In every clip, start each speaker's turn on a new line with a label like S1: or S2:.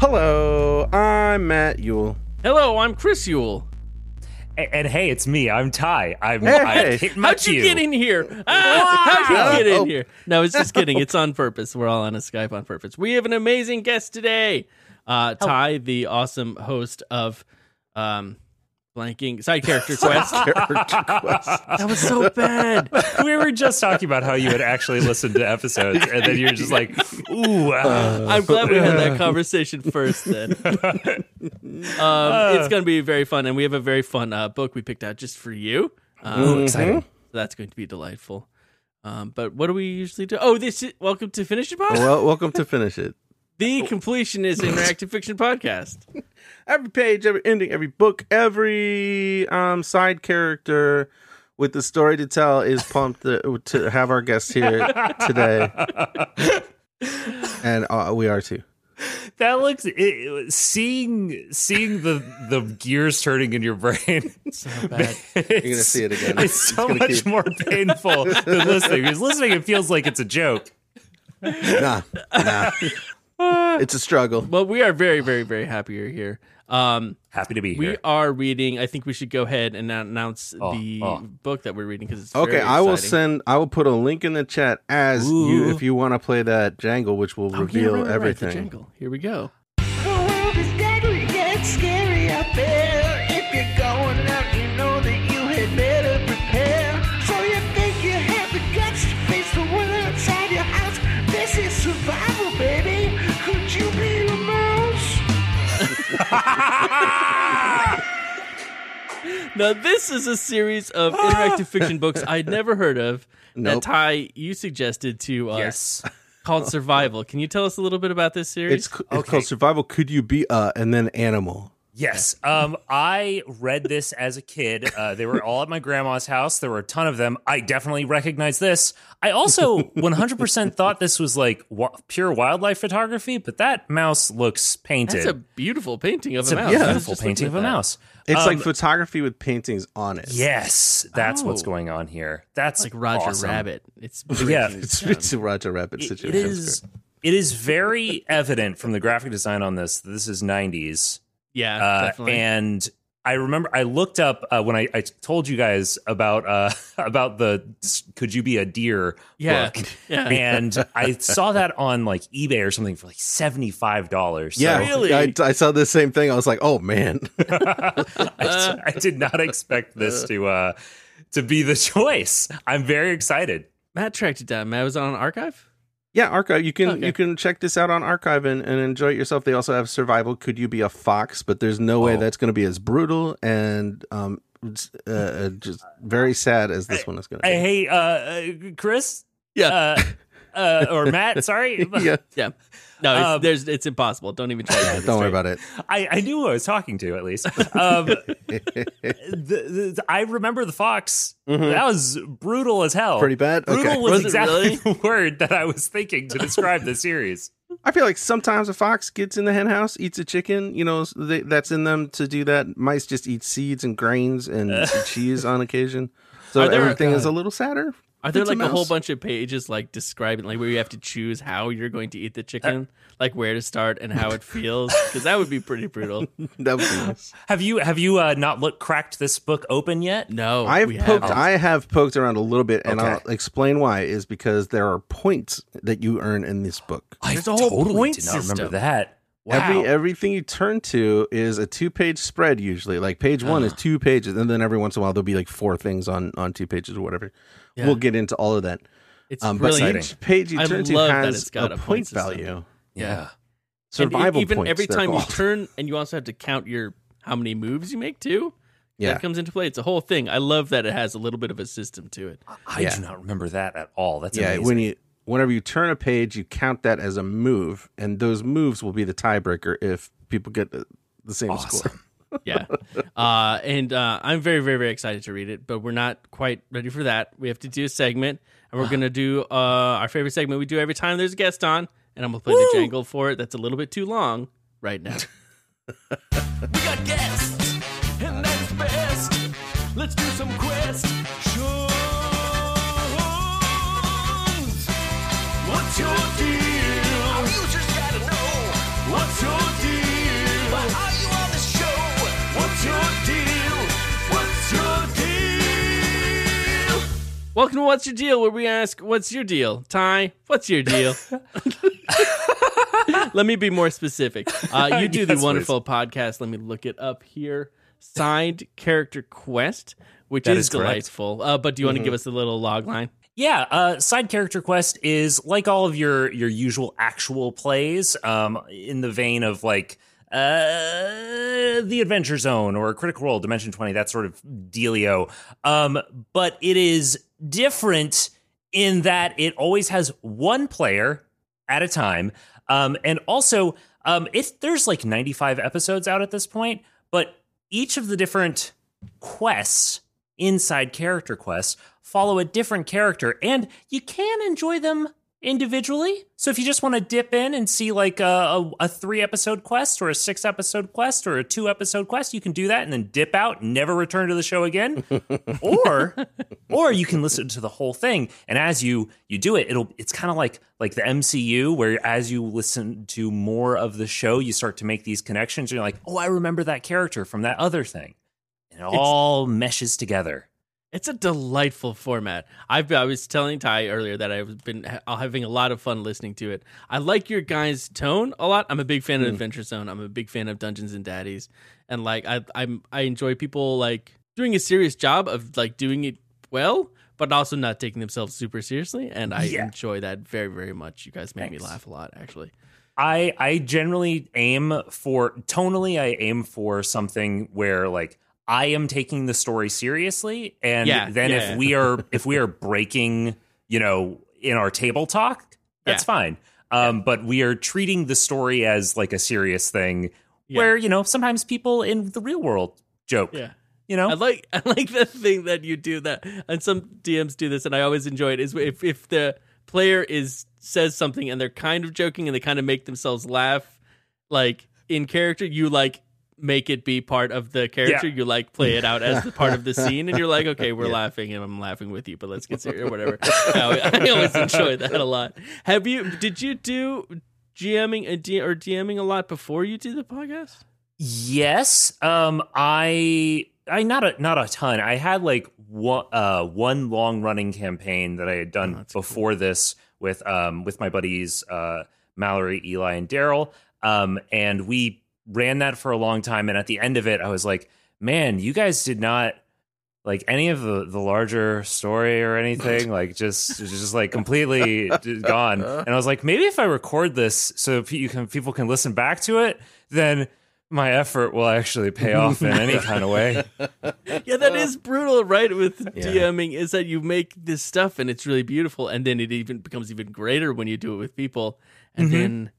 S1: Hello, I'm Matt Yule.
S2: Hello, I'm Chris Yule.
S3: And, and hey, it's me. I'm Ty. I'm
S1: Hey.
S3: I hit my
S2: How'd you
S3: cue.
S2: get in here? Ah, how'd you get
S1: Oh.
S2: in here? No, it's just kidding. It's on purpose. We're all on a Skype on purpose. We have an amazing guest today. Uh, Ty, the awesome host of um, blanking side character quest.
S1: Character quest.
S2: that was so bad.
S3: We were just talking about how you had actually listened to episodes, and then you're just like, ooh. uh,
S2: I'm glad we had that conversation first. Then um, it's going to be very fun, and we have a very fun uh, book we picked out just for you. Um,
S1: Mm-hmm.
S3: exciting.
S2: that's going to be delightful. Um, but what do we usually do? Oh, this is welcome to Finish It Pod,
S1: Well, welcome to Finish It.
S2: the Completionist Interactive Fiction Podcast.
S1: Every page, every ending, every book, every um, side character with the story to tell is pumped to, to have our guest here today. and uh, we are too.
S3: That looks it- it, seeing seeing the the gears turning in your brain.
S2: So bad.
S3: You're
S1: gonna see it again.
S3: It's so
S1: gonna
S3: much
S1: keep-
S3: more painful than listening. Because listening, it feels like it's a joke.
S1: Nah, nah. it's a struggle.
S2: Well, we are very, very, very happy you're here. Um,
S3: Happy to be here.
S2: we are reading. I think we should go ahead and announce the
S3: oh.
S2: book that we're reading because it's
S1: Okay,
S2: very
S1: I will
S2: exciting.
S1: send. I will put a link in the chat as you
S3: Ooh.
S1: if you want to play that jangle, which will
S2: Oh, yeah,
S1: reveal
S2: right, right, right, the
S1: everything.
S2: jingle. Here we go.
S4: The world is deadly and scary out there. If you're going out, you know that you had better prepare. So you think you have the guts to face the world outside your house? This is survival, baby. Could you be a mouse?
S2: Now, this is a series of
S3: Ah!
S2: interactive fiction books I'd never heard of
S1: Nope.
S2: that Ty you suggested to us
S3: yes.
S2: called Survival. Can you tell us a little bit about this series?
S1: It's, c- it's called Survival. Could you be uh and then animal?
S3: Yes. Um, I read this as a kid. Uh, they were all at my grandma's house. There were a ton of them. I definitely recognize this. I also 100% thought this was like wa- pure wildlife photography, but that mouse looks painted.
S2: That's a beautiful painting of
S3: It's
S2: a
S3: a
S2: mouse. I was
S3: beautiful
S2: just looking
S3: painting of
S2: at
S3: a
S2: that.
S3: mouse.
S1: It's
S3: Um,
S1: like photography with paintings on it.
S3: yes, that's what's
S2: Oh.
S3: going on here. That's
S2: Like Roger
S3: awesome.
S2: Rabbit. It's
S3: Yeah.
S2: brilliant.
S1: It's, it's a Roger Rabbit
S3: It-
S1: situation.
S3: it is. It is very evident from the graphic design on this. that This is 90s.
S2: yeah,
S3: Uh,
S2: definitely.
S3: and I remember I looked up uh, when I, I told you guys about uh, about the could you be a deer
S2: yeah,
S3: book,
S2: yeah.
S3: and I saw that on like eBay or something for like seventy five dollars.
S1: Yeah,
S2: Really?
S1: I, I saw the same thing. I was like, oh man.
S3: I, I did not expect this to uh, to be the choice. I'm very excited.
S2: Matt tracked it down. Matt was on archive.
S1: yeah, archive. You can
S2: Okay.
S1: you can check this out on archive and, and enjoy it yourself. They also have survival. Could you be a fox? But there's no way
S3: Oh.
S1: that's going to be as brutal and um it's, uh, uh, just very sad as this one is going to
S3: Uh,
S1: be.
S3: Hey, uh, uh, Chris.
S2: Yeah.
S3: Uh, uh, or Matt, sorry.
S1: yeah,
S2: Yeah, no, it's,
S3: Um,
S2: there's it's impossible. Don't even try. to get it
S1: don't worry
S2: straight.
S1: about it.
S3: I, I knew who I was talking to at least. Um, the, the, the- I remember the fox. That was brutal as hell.
S1: Mm-hmm. Pretty bad?
S3: Oh, Brutal
S1: Okay.
S3: was,
S2: Was it
S3: exactly
S2: really?
S3: the word that I was thinking to describe the series.
S1: I feel like sometimes a fox gets in the hen house, eats a chicken. You know, s- they, that's in them to do that. Mice just eat seeds and grains and cheese on occasion. So
S2: Are there- uh,
S1: everything is a little sadder.
S2: Are there
S1: It's a
S2: like a, whole
S1: mouse.
S2: bunch of pages like describing like where you have to choose how you're going to eat the chicken, like where to start and how it feels? Because that would be pretty brutal.
S1: That would be nice.
S3: Have you have you uh, not looked cracked this book open yet?
S2: No,
S1: I've
S2: we
S1: poked.
S2: haven't.
S1: I have poked around a little bit, and
S3: Okay.
S1: I'll explain why. Is because there are points that you earn in this book.
S3: I
S2: There's a whole
S3: totally
S2: point
S3: did not
S2: system.
S3: remember that.
S1: Every everything you turn to is a two page spread usually. Like page one
S2: Ah.
S1: is two pages, and then every once in a while there'll be like four things on on two pages or whatever.
S2: Yeah.
S1: We'll get into all of that.
S2: it's
S1: Um, but
S2: brilliant.
S1: each page you
S2: I
S1: turn to
S2: love that
S1: has
S2: it's got
S1: a,
S2: a
S1: point
S2: point system.
S1: value.
S2: yeah. And
S1: Survival
S2: e- even
S1: points,
S2: every
S1: they're
S2: time
S1: called.
S2: you turn, and you also have to count your how many moves you make too.
S1: Yeah.
S2: That comes into play. It's a whole thing. I love that it has a little bit of a system to it.
S3: I
S1: Yeah.
S3: do not remember that at all. That's
S1: yeah,
S3: amazing.
S1: when you whenever you turn a page, you count that as a move, and those moves will be the tiebreaker if people get the, the same score.
S3: awesome.
S2: Yeah. uh, and uh, I'm very, very, very excited to read it, but we're not quite ready for that. We have to do a segment, and we're going to do uh, our favorite segment we do every time there's a guest on, and I'm going to play the jangle for it. That's a little bit too long right now.
S5: We got guests, and that's best. Let's do some quest. Shows. What's your deal?
S4: Users gotta know.
S5: What's your deal?
S2: Welcome to What's Your Deal, where we ask, What's your deal? Ty, what's your deal? Let me be more specific. Uh, you do
S3: Yes,
S2: the
S3: please.
S2: wonderful podcast. Let me look it up here. Signed Character Quest, which
S3: That
S2: is
S3: is correct. Mm-hmm.
S2: delightful. Uh, but do you want to give us a little log line?
S3: Yeah, uh, side character quest is like all of your your usual actual plays, um, in the vein of like uh, the Adventure Zone or Critical Role, Dimension Twenty, that sort of dealio. Um, but it is different in that it always has one player at a time, um, and also um, if there's like ninety five episodes out at this point, but each of the different quests inside character quests follow a different character and you can enjoy them individually so if you just want to dip in and see like a, a, a three episode quest or a six episode quest or a two episode quest you can do that and then dip out and never return to the show again or or you can listen to the whole thing and as you you do it it'll it's kind of like like the MCU where as you listen to more of the show you start to make these connections you're like oh I remember that character from that other thing and it all meshes together
S2: It's a delightful format. I've I was telling Ty earlier that I've been ha- uh, having a lot of fun listening to it. I like your guys' tone a lot. I'm a big
S3: Hmm.
S2: fan of Adventure Zone. I'm a big fan of Dungeons and Daddies, and like I I'm I enjoy people like doing a serious job of like doing it well, but also not taking themselves super seriously. And I
S3: Yeah.
S2: enjoy that very very much. You guys make me
S3: Thanks.
S2: laugh a lot, actually.
S3: I I generally aim for tonally I aim for something where like I am taking the story seriously and
S2: Yeah,
S3: then
S2: yeah,
S3: if
S2: yeah.
S3: we are if we are breaking, you know, in our table talk, that's
S2: Yeah.
S3: fine. Um but we are treating the story as like a serious thing
S2: Yeah.
S3: where, you know, sometimes people in the real world joke,
S2: Yeah.
S3: you know?
S2: I like I like the thing that you do that, and some DMs do this, and I always enjoy it. Is if if the player is says something and they're kind of joking and they kind of make themselves laugh, like in character, you like make it be part of the character.
S3: Yeah.
S2: You like play it out as the part of the scene, and you're like, okay, we're laughing, and I'm laughing with you, but let's get serious or whatever. I, I always enjoy that a lot. Have you? Did you do? GMing a D- or DMing a lot before you did the podcast?
S3: Yes. Um I I not a not a ton. I had like one uh one long running campaign that I had done before this with um with my buddies uh Mallory, Eli, and Daryl. Um and we ran that for a long time and at the end of it I was like, man, you guys did not like any of the, the larger story or anything like just just like completely d- gone and i was like maybe if i record this so pe- you can people can listen back to it then my effort will actually pay off in any kind of way
S2: Yeah, that is brutal, right? With
S1: Yeah.
S2: DMing, is that you make this stuff and it's really beautiful, and then it even becomes even greater when you do it with people, and then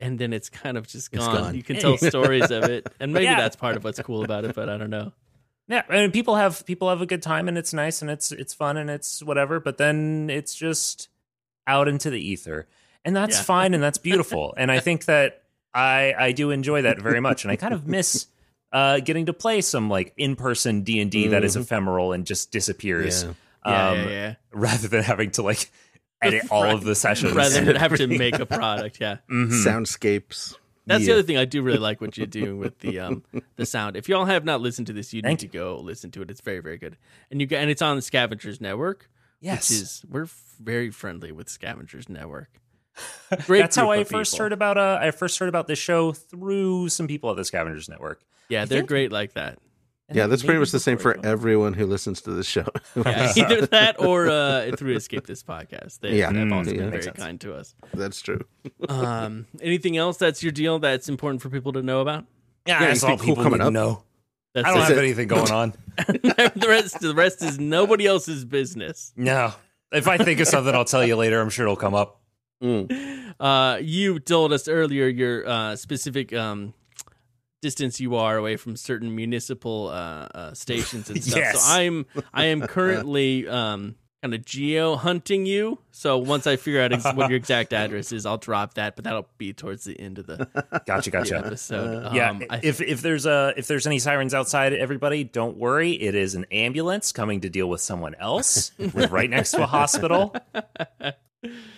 S2: and then Mm-hmm. it's kind of just gone.
S1: gone.
S2: You can tell stories of it, and maybe
S3: Yeah.
S2: that's part of what's cool about it. But I don't know.
S3: yeah I mean, people have people have a good time and it's nice and it's it's fun and it's whatever but then it's just out into the ether and that's
S2: Yeah.
S3: fine and that's beautiful and i think that i i do enjoy that very much and i kind of miss uh getting to play some like in-person d&d that is ephemeral and just disappears
S1: Yeah.
S2: Yeah,
S3: um
S2: yeah, yeah.
S3: rather than having to like edit all of the sessions Mm-hmm.
S2: Rather than have to make a product, yeah.
S1: Soundscapes.
S2: That's
S1: Yeah.
S2: the other thing I do really like what you do with the um the sound. If y'all have not listened to this, you need
S3: Thank
S2: to go listen to it. It's very very good, and you get, and it's on the Scavengers Network.
S3: yes
S2: which is we're f- very friendly with Scavengers Network. Great
S3: that's how
S2: group
S3: i
S2: of
S3: first
S2: people.
S3: heard about uh i first heard about this show through some people at the scavengers network
S2: Yeah, they're great like that.
S3: And
S1: Yeah,
S3: then
S1: that's pretty
S3: maybe
S1: much the same
S3: before
S1: for
S3: I joined.
S1: everyone who listens to the show.
S2: Yeah, either that or uh, through Escape This Podcast. They
S1: Yeah.
S2: have also
S1: Mm, yeah.
S2: been very
S1: Makes
S2: kind to us.
S1: That's true.
S2: Um, anything else that's your deal that's important for people to know about?
S3: yeah,
S1: Yeah,
S3: that's
S1: you
S3: all
S1: think, cool
S3: people
S1: coming
S3: need to
S1: up.
S3: know
S2: That's
S3: i don't
S2: it.
S3: have anything going on
S2: the rest. The rest is nobody else's business.
S3: no if i think of something i'll tell you later i'm sure it'll come up
S2: Uh, you told us earlier your uh, specific um, distance you are away from certain municipal uh, uh, stations and stuff.
S3: Yes.
S2: So I'm I am currently um, kind of geo hunting you. So once I figure out ex- what your exact address is, I'll drop that. But that'll be towards the end of the
S3: gotcha gotcha
S2: episode. Um,
S3: Uh, Yeah,
S2: I-
S3: if if there's a if there's any sirens outside, everybody don't worry. It is an ambulance coming to deal with someone else. We're right next to a hospital.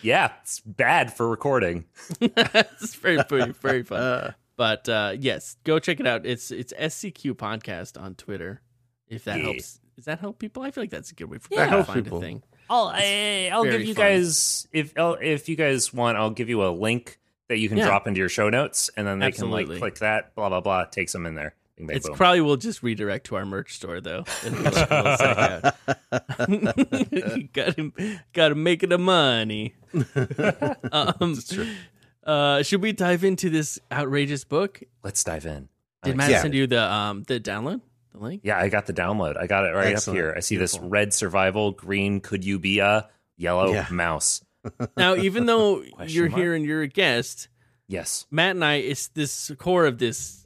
S3: Yeah, it's bad for recording.
S2: it's very pretty, very fun. But uh, yes, go check it out. It's it's SCQ podcast on Twitter. If that
S3: Yeah.
S2: helps, does that help people? I feel like that's a good way for
S1: That
S2: people to
S1: helps
S2: find
S1: people.
S2: a thing.
S3: I'll I, I'll
S2: very
S3: give you
S2: fun.
S3: guys if I'll, if you guys want, I'll give you a link that you can
S2: Yeah.
S3: drop into your show notes, and then they can
S2: Absolutely.
S3: like click that, blah blah blah, takes them in there. Bing, bang,
S2: It's
S3: boom.
S2: probably will just redirect to our merch store though. And we'll check those out. you gotta gotta make it a money. um, uh, should we dive into this outrageous book?
S3: Let's dive in.
S2: Did
S3: I'm
S2: Matt
S1: excited.
S2: send you the um the download? The link?
S3: Yeah, I got the download. I got it right
S1: Excellent.
S3: up here. I see this
S1: Beautiful.
S3: red survival, green could you be a yellow
S1: Yeah.
S3: mouse.
S2: Now, even though
S3: Question
S2: you're
S3: mark?
S2: here and you're a guest,
S3: Yes.
S2: Matt and I, it's this core of this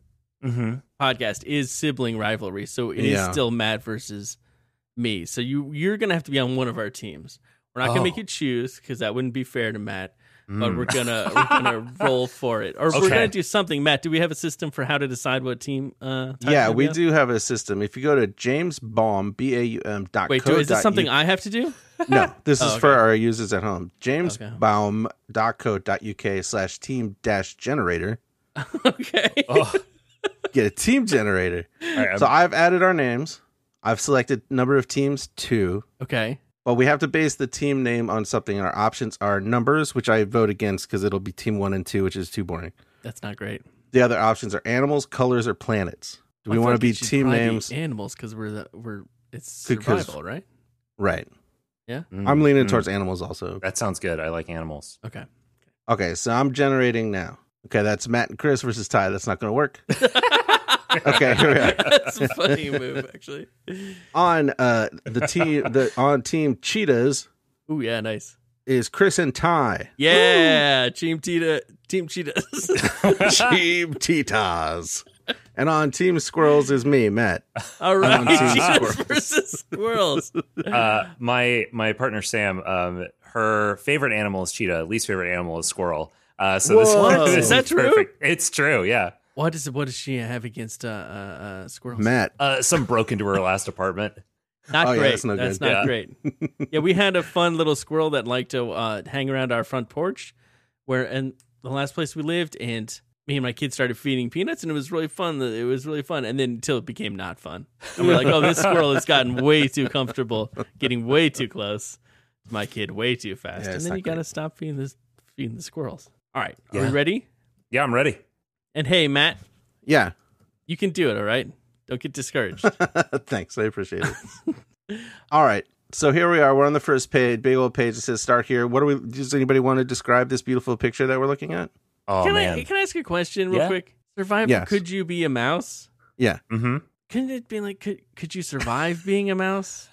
S3: Mm-hmm.
S2: podcast is sibling rivalry. So it is
S1: Yeah.
S2: still Matt versus me. So you you're gonna have to be on one of our teams. We're not gonna make
S3: Oh.
S2: you choose because that wouldn't be fair to Matt. But
S1: Mm.
S2: we're gonna we're gonna roll for it, or we're
S3: Okay.
S2: gonna do something. Matt, do we have a system for how to decide what team? Uh, Tyler's
S1: yeah,
S2: gonna be
S1: we
S2: on?
S1: do have a system. If you go to jamesbaum, B A U M dot
S2: Wait,
S1: co
S2: do, is this
S1: dot
S2: something
S1: U-
S2: I have to do?
S1: No, this
S2: Oh,
S1: is
S2: okay.
S1: for our users at home.
S2: Okay.
S1: Jamesbaum.co.uk slash team dash generator.
S2: okay.
S3: Oh,
S1: Get a team generator.
S3: all right, I'm-
S1: So I've added our names. I've selected number of teams two.
S2: Okay.
S1: But we have to base the team name on something. Our options are numbers, which I vote against because it'll be team one and two, which is too boring.
S2: That's not great.
S1: The other options are animals, colors, or planets. Do we
S2: I feel
S1: want to
S2: like
S1: be
S2: it should
S1: team
S2: probably be
S1: names?
S2: animals because we're the we're it's survival,
S1: Because-
S2: right?
S1: Right.
S3: mm,
S1: I'm leaning
S2: Mm-hmm.
S3: mm.
S1: towards animals also.
S3: That sounds good. I like animals.
S2: Okay.
S1: Okay, so I'm generating now. Okay, that's Matt and Chris versus Ty. That's not going to work. okay, here we are.
S2: That's a funny move, actually.
S1: On uh, the team, the on team Cheetahs
S2: Ooh, yeah, nice.
S1: is Chris and Ty.
S2: Yeah, team cheetah, team cheetahs.
S1: team Cheetahs. And on team Squirrels is me, Matt.
S2: All
S1: I
S2: right,
S1: want team
S2: cheetahs
S1: squirrels.
S2: versus squirrels.
S3: Uh, my my partner Sam, um, her favorite animal is cheetah. Least favorite animal is squirrel. Uh, so this,
S1: Whoa.
S3: this
S1: Is
S2: that true?
S3: perfect. It's true. Yeah.
S2: What is what does she have against uh, uh, uh squirrels?
S1: Matt.
S3: Uh, some broke into her last apartment.
S2: Not
S1: Oh, yeah,
S2: great.
S1: that's
S2: that's
S1: no
S2: not,
S1: good.
S2: great. yeah, we had a fun little squirrel that liked to uh, hang around our front porch, where and the last place we lived, and me and my kids started feeding peanuts, and it was really fun. It was really fun, and then until it became not fun, and we're like, oh, this squirrel has gotten way too comfortable, getting way too close to my kid, way too fast,
S1: Yeah,
S2: and
S1: it's
S2: then
S1: not
S2: you gotta
S1: great.
S2: stop feeding this feeding the squirrels. All right, are
S3: Yeah.
S2: we ready?
S3: Yeah, I'm ready.
S2: And hey, Matt,
S1: Yeah,
S2: you can do it. All right, don't get discouraged.
S3: Oh,
S1: Thanks, I appreciate it. All right, so here we are. We're on the first page, big old page. It says "Start here." What do we? Does anybody want to describe this beautiful picture that we're looking at?
S3: Oh
S2: can
S3: man.
S2: I can I ask you a question real
S3: Yeah.
S2: quick? Survival?
S1: Yes.
S2: Could you be a mouse?
S1: Yeah,
S3: mm-hmm.
S2: Couldn't it be like could could you survive being a mouse?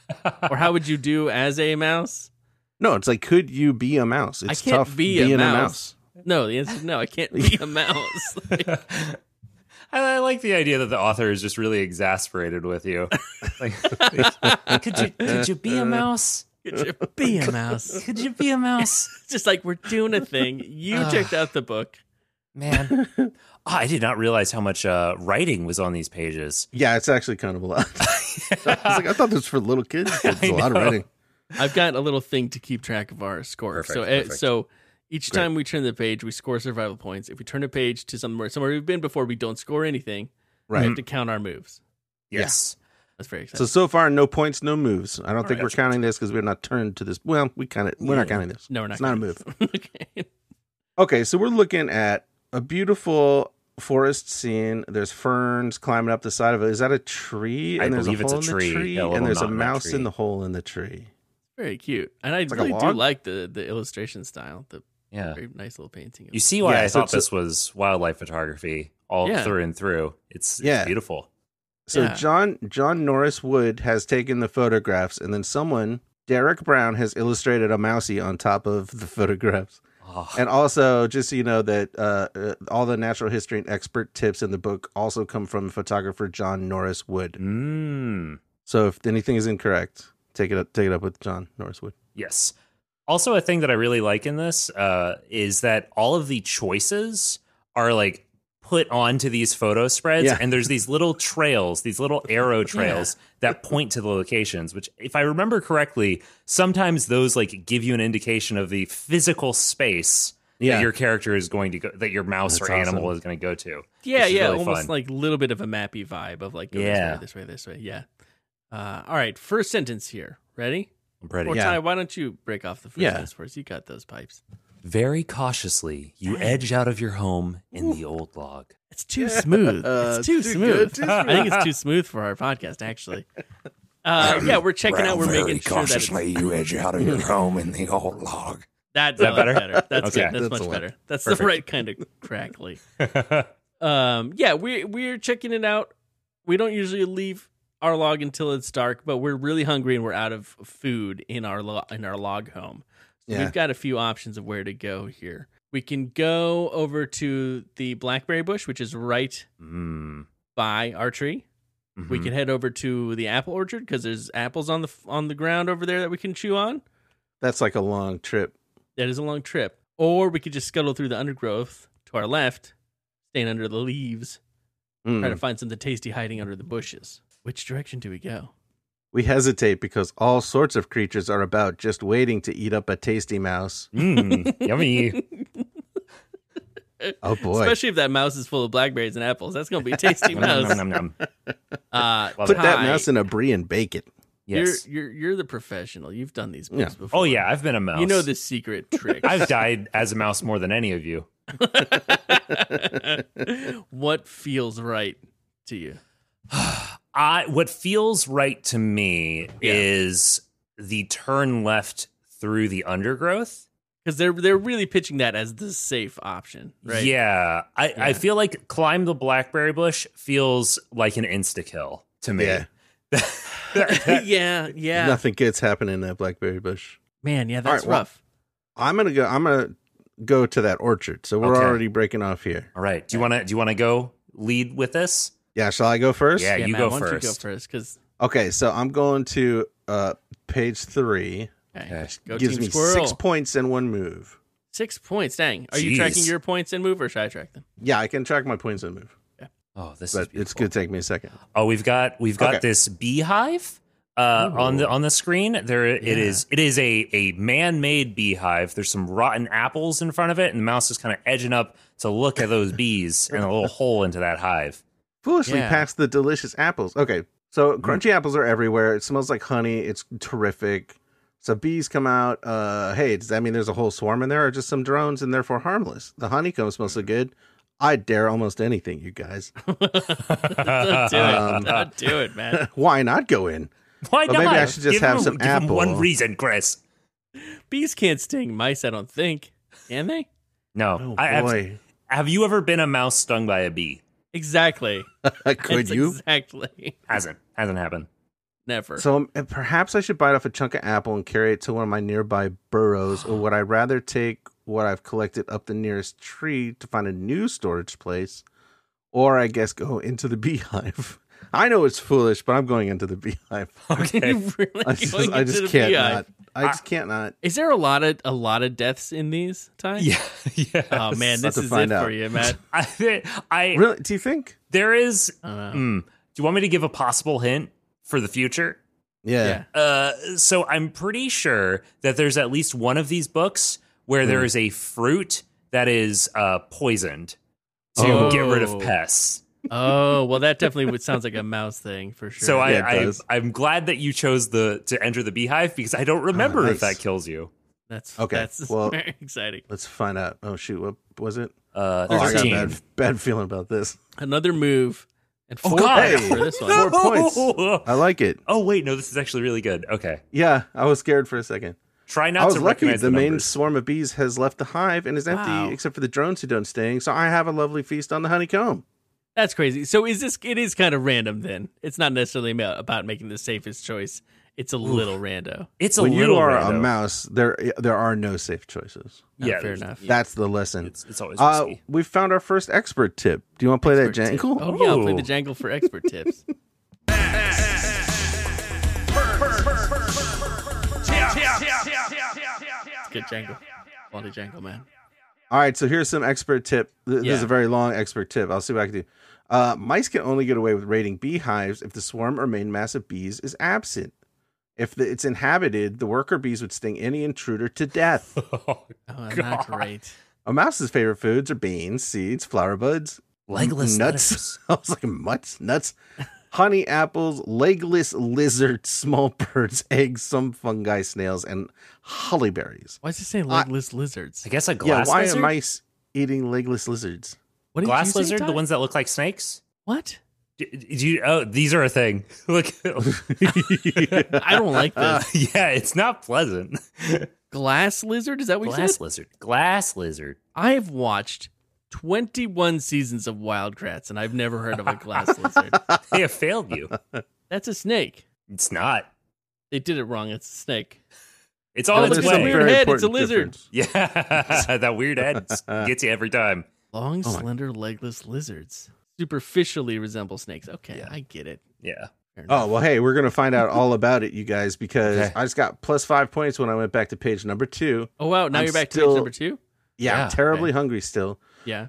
S2: or how would you do as a mouse?
S1: no, it's like, could you be a mouse? It's
S2: can't
S1: tough
S2: be a
S1: being
S2: mouse. No, the answer is no. I can't be a mouse.
S3: I, I like the idea that the author is just really exasperated with you. Like, "Oh, could you could you be a mouse?
S2: Could you be a mouse?
S3: Could you be a mouse?
S2: It's just like we're doing a thing. You checked out the book.
S3: Man, Ah, I did not realize how much uh, writing was on these pages.
S1: Yeah, it's actually kind of a lot. I was like, I thought this was for little kids. It's a lot of writing.
S2: I've got a little thing to keep track of our score.
S3: Perfect,
S2: so uh,
S3: perfect.
S2: so each time we turn the page, we score survival points. If we turn a page to somewhere somewhere we've been before, we don't score anything. We have
S1: Right.
S2: to count our moves.
S3: Yes.
S2: That's very
S1: So
S2: exciting.
S1: so far, no points, no moves. I don't think we're counting this because we're not turned to this. Well, we kind of we're not counting this.
S2: no, we're not.
S1: It's not a
S2: gonna-
S1: move.
S2: okay.
S1: Okay, so we're looking at a beautiful forest scene. There's ferns climbing up the side of it. Is that a tree?
S3: I
S1: there's
S3: believe it's
S1: hole in
S3: a
S1: the
S3: tree, a little
S1: and there's a
S3: knot in that
S1: mouse in
S3: tree.
S1: the hole in the tree.
S2: Very cute, and I
S1: like a
S2: really do
S1: log.
S2: like the the illustration style. The
S3: Yeah.
S2: very nice little painting.
S3: You see why
S1: Yeah,
S3: I
S1: so
S3: thought
S1: it's a-
S3: this was wildlife photography all
S2: Yeah.
S3: through and through. It's, it's
S1: Yeah.
S3: beautiful.
S1: So
S2: Yeah.
S1: John John Norris Wood has taken the photographs, and then someone Derek Brown has illustrated a mousey on top of the photographs.
S3: Oh,
S1: And also, just so you know that uh, uh, all the natural history and expert tips in the book also come from photographer John Norris Wood.
S3: mm.
S1: So if anything is incorrect, take it up, take it up with John Norris Wood.
S3: Yes. Also, a thing that I really like in this uh, is that all of the choices are like put onto these photo spreads,
S1: Yeah.
S3: and there's these little trails, these little arrow trails that point to the locations. Which, if I remember correctly, sometimes those like give you an indication of the physical space
S1: Yeah.
S3: that your character is going to go, that your mouse
S1: That's
S3: or animal
S1: awesome.
S3: is going to go to.
S2: yeah,
S3: which is
S2: yeah,
S3: really
S2: almost
S3: fun.
S2: like a little bit of a mappy vibe of like, go
S3: Yeah.
S2: this way, this way, this way. Yeah. Uh, all right, first sentence here. Ready?
S3: I'm ready.
S2: Or
S1: Yeah.
S2: Ty, why don't you break off the first
S1: Yeah.
S2: dance for us? You got those pipes.
S3: Very cautiously, you edge out of your home in the old log.
S2: It's too smooth.
S1: Uh,
S2: It's too,
S1: too
S2: smooth.
S1: good, too
S2: I think it's too smooth for our podcast, actually. Uh, yeah, we're checking out. We're making sure that it's,
S6: you edge out of your home in the old log.
S2: that's
S3: that
S2: a lot
S3: better?
S2: That's
S3: Okay.
S2: good. That's,
S1: That's a
S2: much
S1: lot.
S2: better. That's the
S3: Perfect.
S2: right kind of crackly. um, yeah, we we're checking it out. We don't usually leave our log until it's dark, but we're really hungry and we're out of food in our lo- in our log home. So
S1: Yeah.
S2: We've got a few options of where to go here. We can go over to the blackberry bush, which is right
S3: Mm.
S2: by our tree. We
S3: Mhm.
S2: can head over to the apple orchard because there's apples on the on the ground over there that we can chew on.
S1: That's like a long trip.
S2: That is a long trip. Or we could just scuttle through the undergrowth to our left, staying under the leaves,
S1: Mm.
S2: trying to find something tasty hiding under the bushes. Which direction do we go?
S1: We hesitate because all sorts of creatures are about just waiting to eat up a tasty mouse.
S3: Mm, yummy.
S1: Oh boy.
S2: Especially if that mouse is full of blackberries and apples. That's going to be a tasty
S3: Nom,
S2: mouse.
S3: nom, nom, nom.
S2: Uh,
S3: Love
S1: Put that
S2: Ty,
S1: mouse in a brie and bake it.
S3: Yes.
S2: You're, you're, you're the professional. You've done these books
S1: Yeah.
S2: before.
S3: Oh yeah, I've been a mouse.
S2: You know the secret trick.
S3: I've died as a mouse more than any of you.
S2: what feels right to you?
S3: I what feels right to me
S2: Yeah.
S3: is the turn left through the undergrowth.
S2: Because they're they're really pitching that as the safe option, right?
S3: Yeah, I,
S2: Yeah.
S3: I feel like climb the blackberry bush feels like an insta kill to me.
S1: Yeah.
S2: yeah, yeah.
S1: Nothing good's happening in that blackberry bush.
S2: Man, yeah,
S1: All
S2: that's
S1: right, well-
S2: rough.
S1: I'm gonna go. I'm gonna go to that orchard. So we're
S3: Okay.
S1: already breaking off here.
S3: All right. Do you want to do you want to go lead with this?
S1: Yeah. Shall I go first?
S3: Yeah, you
S2: Matt,
S3: go
S2: why don't you go
S3: first.
S2: first? Because
S1: Okay. So I'm going to uh page three.
S2: go
S1: Gives
S2: Team
S1: me
S2: Squirrel.
S1: six points and one move.
S2: Six points. Dang. Are you
S3: Jeez.
S2: tracking your points and move, or should I track them?
S1: Yeah, I can track my points and move,
S3: Oh, this is
S1: but it's
S3: beautiful.
S1: gonna take me a second.
S3: Oh, we've got we've got
S1: Okay.
S3: this beehive uh, on the on the screen. There it is. It is a a man made beehive. There's some rotten apples in front of it, and the mouse is kind of edging up to look at those bees and a little hole into that hive.
S1: Foolishly
S2: Yeah.
S1: past the delicious apples. Okay, so crunchy apples are everywhere. It smells like honey. It's terrific. So bees come out. Uh, hey, does that mean there's a whole swarm in there, or just some drones and therefore harmless? The honeycomb smells so good. I dare almost anything, you guys.
S2: Don't do
S1: Um,
S2: it. Don't do it, man.
S1: Why not go in?
S3: Why
S1: Well,
S3: not?
S1: maybe I should just
S3: Give
S1: have
S3: him-
S1: some
S3: give him
S1: apple.
S3: one reason, Chris.
S2: Bees can't sting mice, I don't think. Can they?
S1: Oh
S3: No, I, have,
S1: boy,
S3: have you ever been a mouse stung by a bee?
S2: Exactly.
S1: could
S2: That's
S1: you?
S2: Exactly.
S3: Hasn't hasn't happened.
S2: Never.
S1: So um, and perhaps I should bite off a chunk of apple and carry it to one of my nearby burrows, or would I rather take what I've collected up the nearest tree to find a new storage place, or I guess go into the beehive? I know it's foolish, but I'm going into the beehive.
S2: You really
S1: I just,
S2: going
S1: I
S2: into
S1: just
S2: the
S1: can't
S2: beehive.
S1: not. I just can't not.
S2: Is there a lot of a lot of deaths in these times?
S3: Yeah, yeah.
S2: Oh man,
S1: Not
S2: this
S1: to
S2: is it
S1: find
S2: for
S1: out.
S2: you, Matt.
S3: I,
S2: Ah.
S3: I
S1: Really? Do you think?
S3: there is.
S2: I don't know.
S3: mm, do you want me to give a possible hint for the future?
S1: Yeah.
S2: Yeah.
S3: Uh, so I'm pretty sure that there's at least one of these books where
S1: Hmm.
S3: there is a fruit that is uh, poisoned to
S2: Oh.
S3: get rid of pests.
S2: Oh well, that definitely would sounds like a mouse thing for sure.
S3: So I,
S1: Yeah, it
S3: I
S1: does.
S3: I'm glad that you chose the to enter the beehive because I don't remember
S1: Ah,
S3: if that
S1: nice.
S3: kills you.
S2: that's
S1: Okay,
S2: That's
S1: well-
S2: very exciting.
S1: Let's find out. Oh shoot, what was it?
S3: Uh,
S1: Oh, I got a
S3: 13.
S1: bad, bad feeling about this.
S2: Another move and
S3: Oh,
S2: four
S3: God.
S2: points for this one.
S1: Four points.
S3: Oh.
S1: I like it.
S3: Oh wait, no, this is actually really good. Okay,
S1: Yeah, I was scared for a second.
S3: try
S1: I
S3: not
S1: was
S3: to
S1: lucky. The,
S3: recognize the,
S1: main
S3: numbers.
S1: swarm of bees has left the hive and is empty,
S2: Wow.
S1: except for the drones who don't sting. So I have a lovely feast on the honeycomb.
S2: That's crazy. So is this? It is kind of random. Then it's not necessarily ma- about making the safest choice. It's a little rando. Oh,
S3: It's a
S1: when
S3: little
S1: you are
S3: random.
S1: a mouse, there there are no safe choices.
S2: Oh,
S3: Yeah,
S2: fair
S3: there's-
S2: enough.
S1: That's the lesson.
S3: It's, it's always
S1: uh,
S3: risky.
S1: we found our first expert tip. Do you want to play
S2: Expert
S1: that
S2: tip.
S1: jangle?
S2: Oh yeah, I'll play the
S3: Ooh.
S2: jangle for expert tips. Good jangle, quality jangle, man.
S1: All right, so here's some expert tip. Th- This is
S2: Yeah.
S1: a very long expert tip. I'll see what I can do. Uh, mice can only get away with raiding beehives if the swarm or main mass of bees is absent. If the, it's inhabited, the worker bees would sting any intruder to death.
S2: Oh, not great.
S1: A mouse's favorite foods are beans, seeds, flower buds,
S3: Legless
S1: nuts.
S3: lettuce.
S1: I was like, nuts, nuts, honey apples, legless lizards, small birds, eggs, some fungi, snails, and holly berries.
S2: Why is it saying legless lizards?
S3: I guess a
S1: Yeah,
S3: glass
S1: why
S3: lizard.
S1: are mice eating legless lizards?
S2: What did you
S3: glass
S2: say,
S3: lizard? The
S2: Todd?
S3: ones that look like snakes.
S2: What?
S3: Do, do you, oh, these are a thing. Look,
S2: I don't like this.
S3: yeah, it's not pleasant.
S2: Glass lizard? Is that what you
S3: Glass
S2: said?
S3: lizard. Glass lizard.
S2: I have watched 21 seasons of Wildcrats and I've never heard of a glass lizard.
S3: They have failed you.
S2: That's a snake.
S3: It's not.
S2: They did it wrong. It's a snake.
S3: It's all
S2: No,
S3: its
S2: there's
S3: way.
S2: some weird- head, it's a
S1: important
S2: lizard.
S1: difference.
S3: Yeah, that weird head gets you every time.
S2: Long,
S1: Oh my-
S2: slender, legless lizards superficially resemble snakes. Okay, I get it.
S3: Yeah.
S2: Fair enough.
S1: Oh well, hey, we're gonna find out all about it, you guys, because
S3: Okay.
S1: I just got plus five points when I went back to page number two.
S2: Oh, wow. Now
S1: I'm
S2: you're back to
S1: still-
S2: page number two?
S1: Yeah,
S3: Yeah,
S1: I'm terribly hungry still.
S2: Yeah.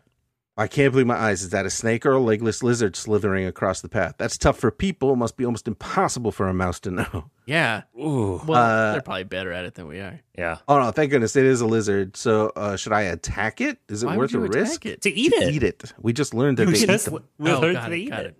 S1: I can't believe my eyes. Is that a snake or a legless lizard slithering across the path? That's tough for people. Must be almost impossible for a mouse to know.
S2: Yeah.
S3: Ooh.
S2: Well,
S1: Uh,
S2: they're probably better at it than we are.
S3: Yeah.
S1: Oh no! Thank goodness it is a lizard. So uh, should I attack it? Is it
S2: Why
S1: worth
S2: would you
S1: the risk?
S2: attack it?
S3: To eat it.
S1: Eat it. We just learned that
S3: You
S1: they eat
S3: just
S1: them.
S3: we
S2: Oh,
S3: learned
S2: got
S3: to
S2: it,
S3: eat
S2: got
S3: it.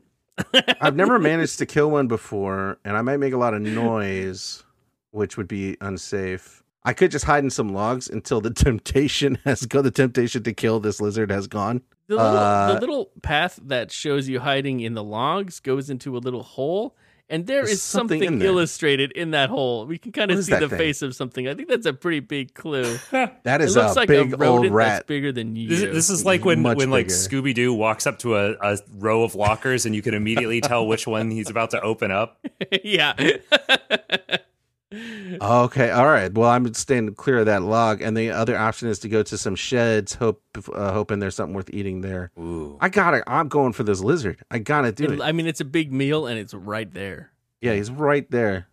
S2: it.
S1: I've never managed to kill one before, and I might make a lot of noise, which would be unsafe. I could just hide in some logs until the temptation has gone. The temptation to kill this lizard has gone.
S2: The little,
S1: Uh,
S2: the little path that shows you hiding in the logs goes into a little hole, and there
S1: There's
S2: is
S1: something
S2: something,
S1: in there.
S2: illustrated in that hole. We can kind
S1: What
S2: of
S1: is
S2: see
S1: that
S2: the
S1: thing?
S2: face of something. I think that's a pretty big clue.
S1: That
S2: It
S1: is a
S2: looks like
S1: big
S2: a
S1: old
S2: rodent
S1: rat.
S2: that's bigger than you.
S3: This, this is like when,
S1: Much
S3: when like
S1: bigger.
S3: Scooby Doo walks up to a, a row of lockers and you can immediately tell which one he's about to open up.
S2: yeah.
S1: Okay, all right. Well, I'm staying clear of that log, and the other option is to go to some sheds, hope uh, hoping there's something worth eating there.
S3: Ooh.
S1: I got to I'm going for this lizard. I gotta do
S2: It-
S1: it.
S2: I mean, it's a big meal, and it's right there.
S1: Yeah, he's right there.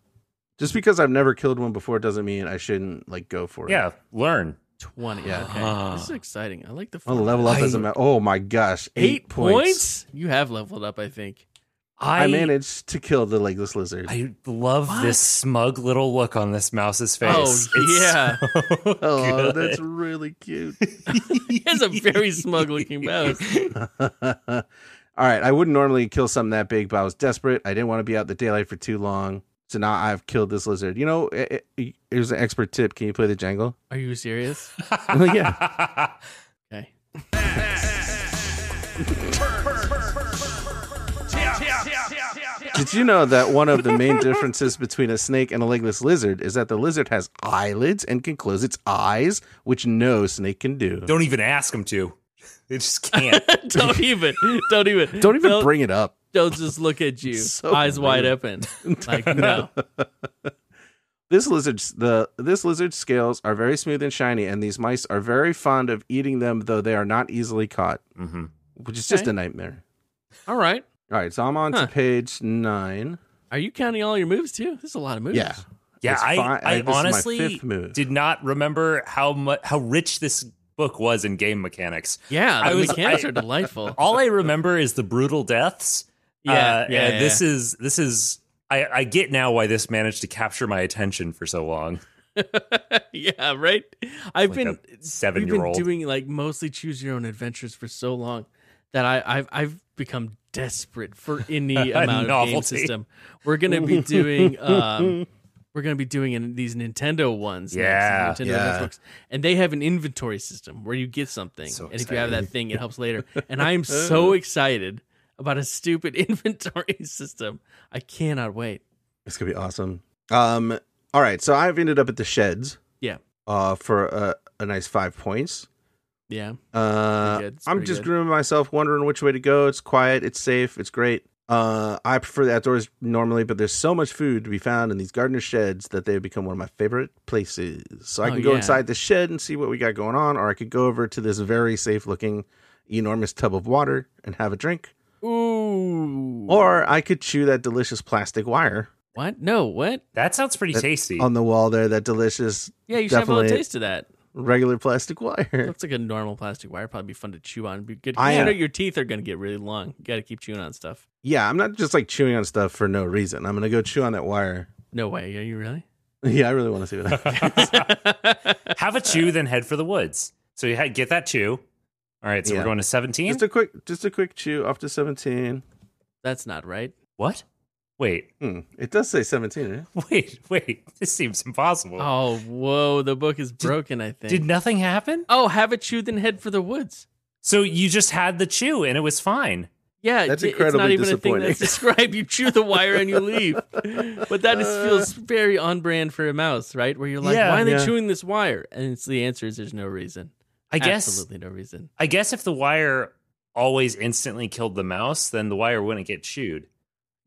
S1: Just because I've never killed one before doesn't mean I shouldn't like go for it.
S3: Yeah, learn.
S2: Twenty.
S1: Yeah.
S2: Okay.
S3: Ah.
S2: This is exciting. I like the.
S1: I'll
S2: format.
S1: level up as a
S3: I-
S1: ma- oh my gosh,
S2: Eight points. You have leveled up, I think.
S1: I, managed to kill the legless lizard.
S3: I love
S2: What?
S3: this smug little look on this mouse's face.
S2: Oh,
S3: It's
S2: yeah.
S3: so
S1: oh,
S3: good.
S1: that's really cute.
S2: He has a very smug looking mouse.
S1: All right, I wouldn't normally kill something that big, but I was desperate. I didn't want to be out in the daylight for too long, so now I've killed this lizard. You know, it, it- here's an expert tip: Can you play the jangle?
S2: Are you serious?
S1: yeah.
S2: Okay.
S1: Did you know that one of the main differences between a snake and a legless lizard is that the lizard has eyelids and can close its eyes, which no snake can do. Don't,
S3: Don't even ask him to. They just can't.
S2: don't even. Don't even.
S1: even
S2: They'll-
S1: bring it up.
S2: They'll just look at you,
S1: So
S2: eyes wide
S1: rude.
S2: open. Like no.
S1: This lizard's the this lizard's scales are very smooth and shiny, and these mice are very fond of eating them, though they are not easily caught,
S3: mm-hmm.
S1: which is just
S2: Okay.
S1: a nightmare.
S2: All right.
S1: All right, so I'm on
S2: Huh.
S1: to page nine.
S2: Are you counting all your moves too? There's a lot of moves.
S1: Yeah,
S3: Yeah,
S1: It's
S3: I,
S1: fi- I-
S3: I
S1: this is my
S3: honestly
S1: fifth move.
S3: did not remember how much how rich this book was in game mechanics.
S2: Yeah. The
S3: I was-
S2: mechanics
S3: I-
S2: are delightful.
S3: All I remember is the brutal deaths. Uh,
S2: Yeah, yeah,
S3: and
S2: yeah.
S3: This is this is. I, I get now why this managed to capture my attention for so long.
S2: yeah. Right. I've
S3: Like
S2: been
S3: a
S2: We've
S3: seven-year-old.
S2: been doing like mostly choose your own adventures for so long that I, I've I've become desperate for any amount of game
S3: Novelty.
S2: system. We're gonna be doing. Um, We're gonna be doing in these Nintendo ones,
S3: Yeah,
S2: next, these Nintendo
S1: yeah.
S2: Netflix. and they have an inventory system where you get something,
S3: So
S2: and if you have that thing, it helps later. And I am so excited about a stupid inventory system. I cannot wait.
S1: it's gonna be awesome. Um, all right, so I've ended up at the sheds.
S2: Yeah.
S1: uh, for uh, a nice five points.
S2: Yeah,
S1: Uh,
S2: Pretty good. It's
S1: I'm
S2: pretty
S1: just
S2: good.
S1: grooming myself, wondering which way to go. It's quiet, it's safe, it's great. Uh, I prefer the outdoors normally, but there's so much food to be found in these gardener sheds that they've become one of my favorite places. So I
S2: Oh,
S1: can go
S2: yeah.
S1: inside the shed and see what we got going on, or I could go over to this very safe looking enormous tub of water and have a drink,
S2: ooh,
S1: or I could chew that delicious plastic wire
S2: what? No, what?
S3: That sounds pretty tasty.
S1: on the wall there, that delicious
S2: Yeah, you should have a
S1: Definitely.
S2: little taste of that.
S1: regular plastic wire.
S2: Looks like a normal plastic wire. Probably be fun to chew on. Be good.
S1: I
S2: I
S1: am-
S2: know your teeth are going to get really long. You got to keep chewing on stuff.
S1: Yeah, I'm not just like chewing on stuff for no reason. I'm gonna go chew on that wire.
S2: No way. Are you really?
S1: Yeah, I really want to see what happens.
S3: Have a chew, then head for the woods. So you ha- get that chew. All right, so
S1: Yeah.
S3: we're going to seventeen.
S1: Just a quick, just a quick chew off to seventeen.
S2: That's not right.
S3: What? Wait,
S1: Hmm. It does say 17. eh?
S3: wait, wait. This seems impossible.
S2: Oh, whoa, the book is broken, I think.
S3: Did nothing happen?
S2: oh, have a chew, then head for the woods.
S3: So you just had the chew and it was fine.
S2: Yeah,
S1: That's
S2: it- it's not
S1: incredibly
S2: even a thing
S1: disappointing.
S2: that's described. You chew the wire and you leave. But that just feels very on brand for a mouse, right? Where you're like,
S3: Yeah.
S2: why are they
S1: Yeah.
S2: chewing this wire? And it's the answer is there's no reason.
S3: I guess
S2: Absolutely no reason.
S3: I guess if the wire always instantly killed the mouse, then the wire wouldn't get chewed,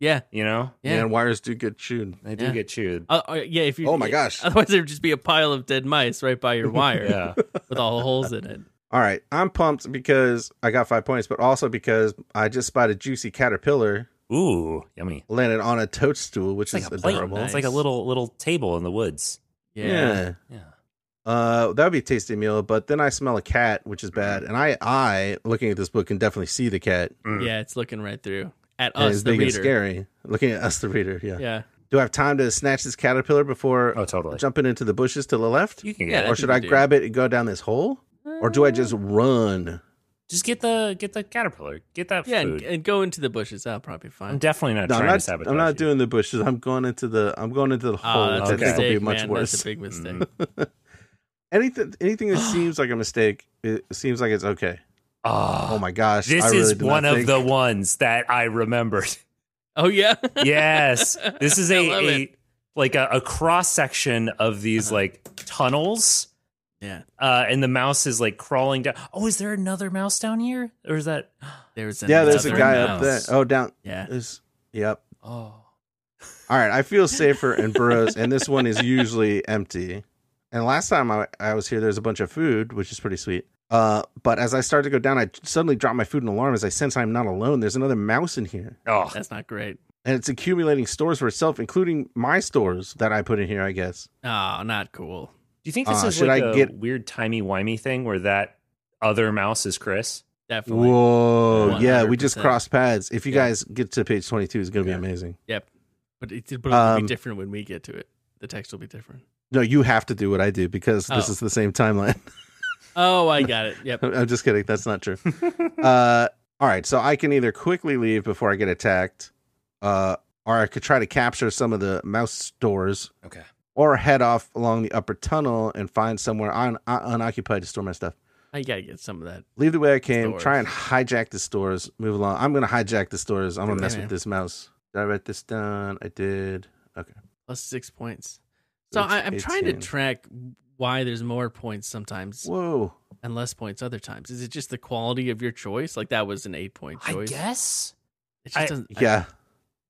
S2: Yeah.
S3: you know?
S2: Yeah.
S1: And wires do get chewed.
S3: They do
S2: Yeah.
S3: get chewed.
S2: Uh, uh, yeah, if you
S1: Oh my gosh.
S2: Otherwise there'd just be a pile of dead mice right by your wire
S3: Yeah.
S2: with all the holes in it.
S1: All right. I'm pumped because I got five points, but also because I just spotted a juicy caterpillar
S3: Ooh, yummy.
S1: landed on a toadstool, which
S3: It's like
S1: is
S3: a plate.
S1: adorable.
S3: It's like a
S2: Nice.
S3: little little table in the woods.
S2: Yeah.
S3: Yeah.
S1: Uh, that would be a tasty meal, but then I smell a cat, which is bad. And I, I looking at this book can definitely see the cat.
S2: Yeah, it's looking right through at
S1: and
S2: us,
S1: it's
S2: the
S1: big and
S2: reader.
S1: scary. Looking at us, the reader. Yeah.
S2: Yeah.
S1: Do I have time to snatch this caterpillar before
S3: Oh, totally.
S1: jumping into the bushes to the left,
S3: You can
S2: Yeah,
S3: get
S2: I
S1: or
S3: it.
S1: should
S2: think
S1: I
S2: you do.
S1: grab it and go down this hole, or do I just run?
S3: Just get the get the caterpillar. Get that
S2: Yeah, and,
S3: food.
S2: and go into the bushes. That'll probably be
S3: I'm
S2: fine.
S3: definitely not
S1: No, I'm
S3: trying to
S1: not.
S3: sabotage.
S1: I'm not
S3: you.
S1: doing the bushes. I'm going into the. I'm going into the hole.
S2: Oh, that's
S1: I
S2: a
S1: think
S3: okay.
S1: it'll
S2: mistake,
S1: be much
S2: man.
S1: worse. Mm.
S2: That's a big mistake.
S1: anything, anything that seems like a mistake, it seems like it's okay.
S3: Ah,
S1: Oh my gosh,
S3: This
S1: I really
S3: is
S1: did not
S3: one of
S1: think-
S3: the ones that I remembered.
S2: Oh yeah.
S3: yes. This is
S2: I
S3: a,
S2: love
S3: a
S2: it.
S3: like a, a cross section of these
S1: Uh-huh.
S3: like tunnels.
S2: Yeah.
S3: Uh, and the mouse is like crawling down. Oh, is there another mouse down here? Or is that
S2: There's
S1: Yeah, there's a
S2: another
S1: guy up
S2: mouse.
S1: there. Oh, down.
S2: Yeah.
S1: Is yep.
S3: oh
S1: All right, I feel safer in burrows, and this one is usually empty. And last time I, I was here, there's a bunch of food, which is pretty sweet. Uh, but as I start to go down, I suddenly drop my food and alarm as I sense I'm not alone. There's another mouse in here,
S3: oh
S2: That's not great.
S1: and it's accumulating stores for itself, including my stores that I put in here. I guess.
S2: Oh, not cool.
S3: Do you think this
S1: Uh,
S3: is
S1: should
S3: like
S1: I
S3: a
S1: get-
S3: weird timey wimey thing where that other mouse is Chris?
S2: Definitely.
S1: Whoa! Yeah, we just
S2: 100%.
S1: crossed paths. If you
S2: Yeah.
S1: guys get to page 22, it's gonna
S3: Yeah.
S1: be amazing.
S2: Yep. But it, but it'll
S1: Um,
S2: be different when we get to it. The text will be different.
S1: No, you have to do what I do because this
S2: Oh.
S1: is the same timeline.
S2: Oh, I got it. Yep.
S1: I'm just kidding. That's not true. uh, all right. So I can either quickly leave before I get attacked, uh, or I could try to capture some of the mouse stores.
S3: Okay.
S1: Or head off along the upper tunnel and find somewhere un- un- unoccupied to store my stuff.
S2: I gotta get some of that.
S1: Leave the way I came. Try
S2: Stores.
S1: and hijack the stores. Move along. I'm gonna hijack the stores. I'm gonna mess
S2: Okay.
S1: with this mouse. Did I write this down? I did. Okay.
S2: Plus six points. So
S1: It's
S2: I, I'm trying to
S1: 18.
S2: track why there's more points sometimes
S1: Whoa.
S2: and less points other times. Is it just the quality of your choice? Like that was an eight point
S3: I
S2: choice.
S3: guess.
S2: It
S3: I-
S2: just doesn't, I-
S1: Yeah.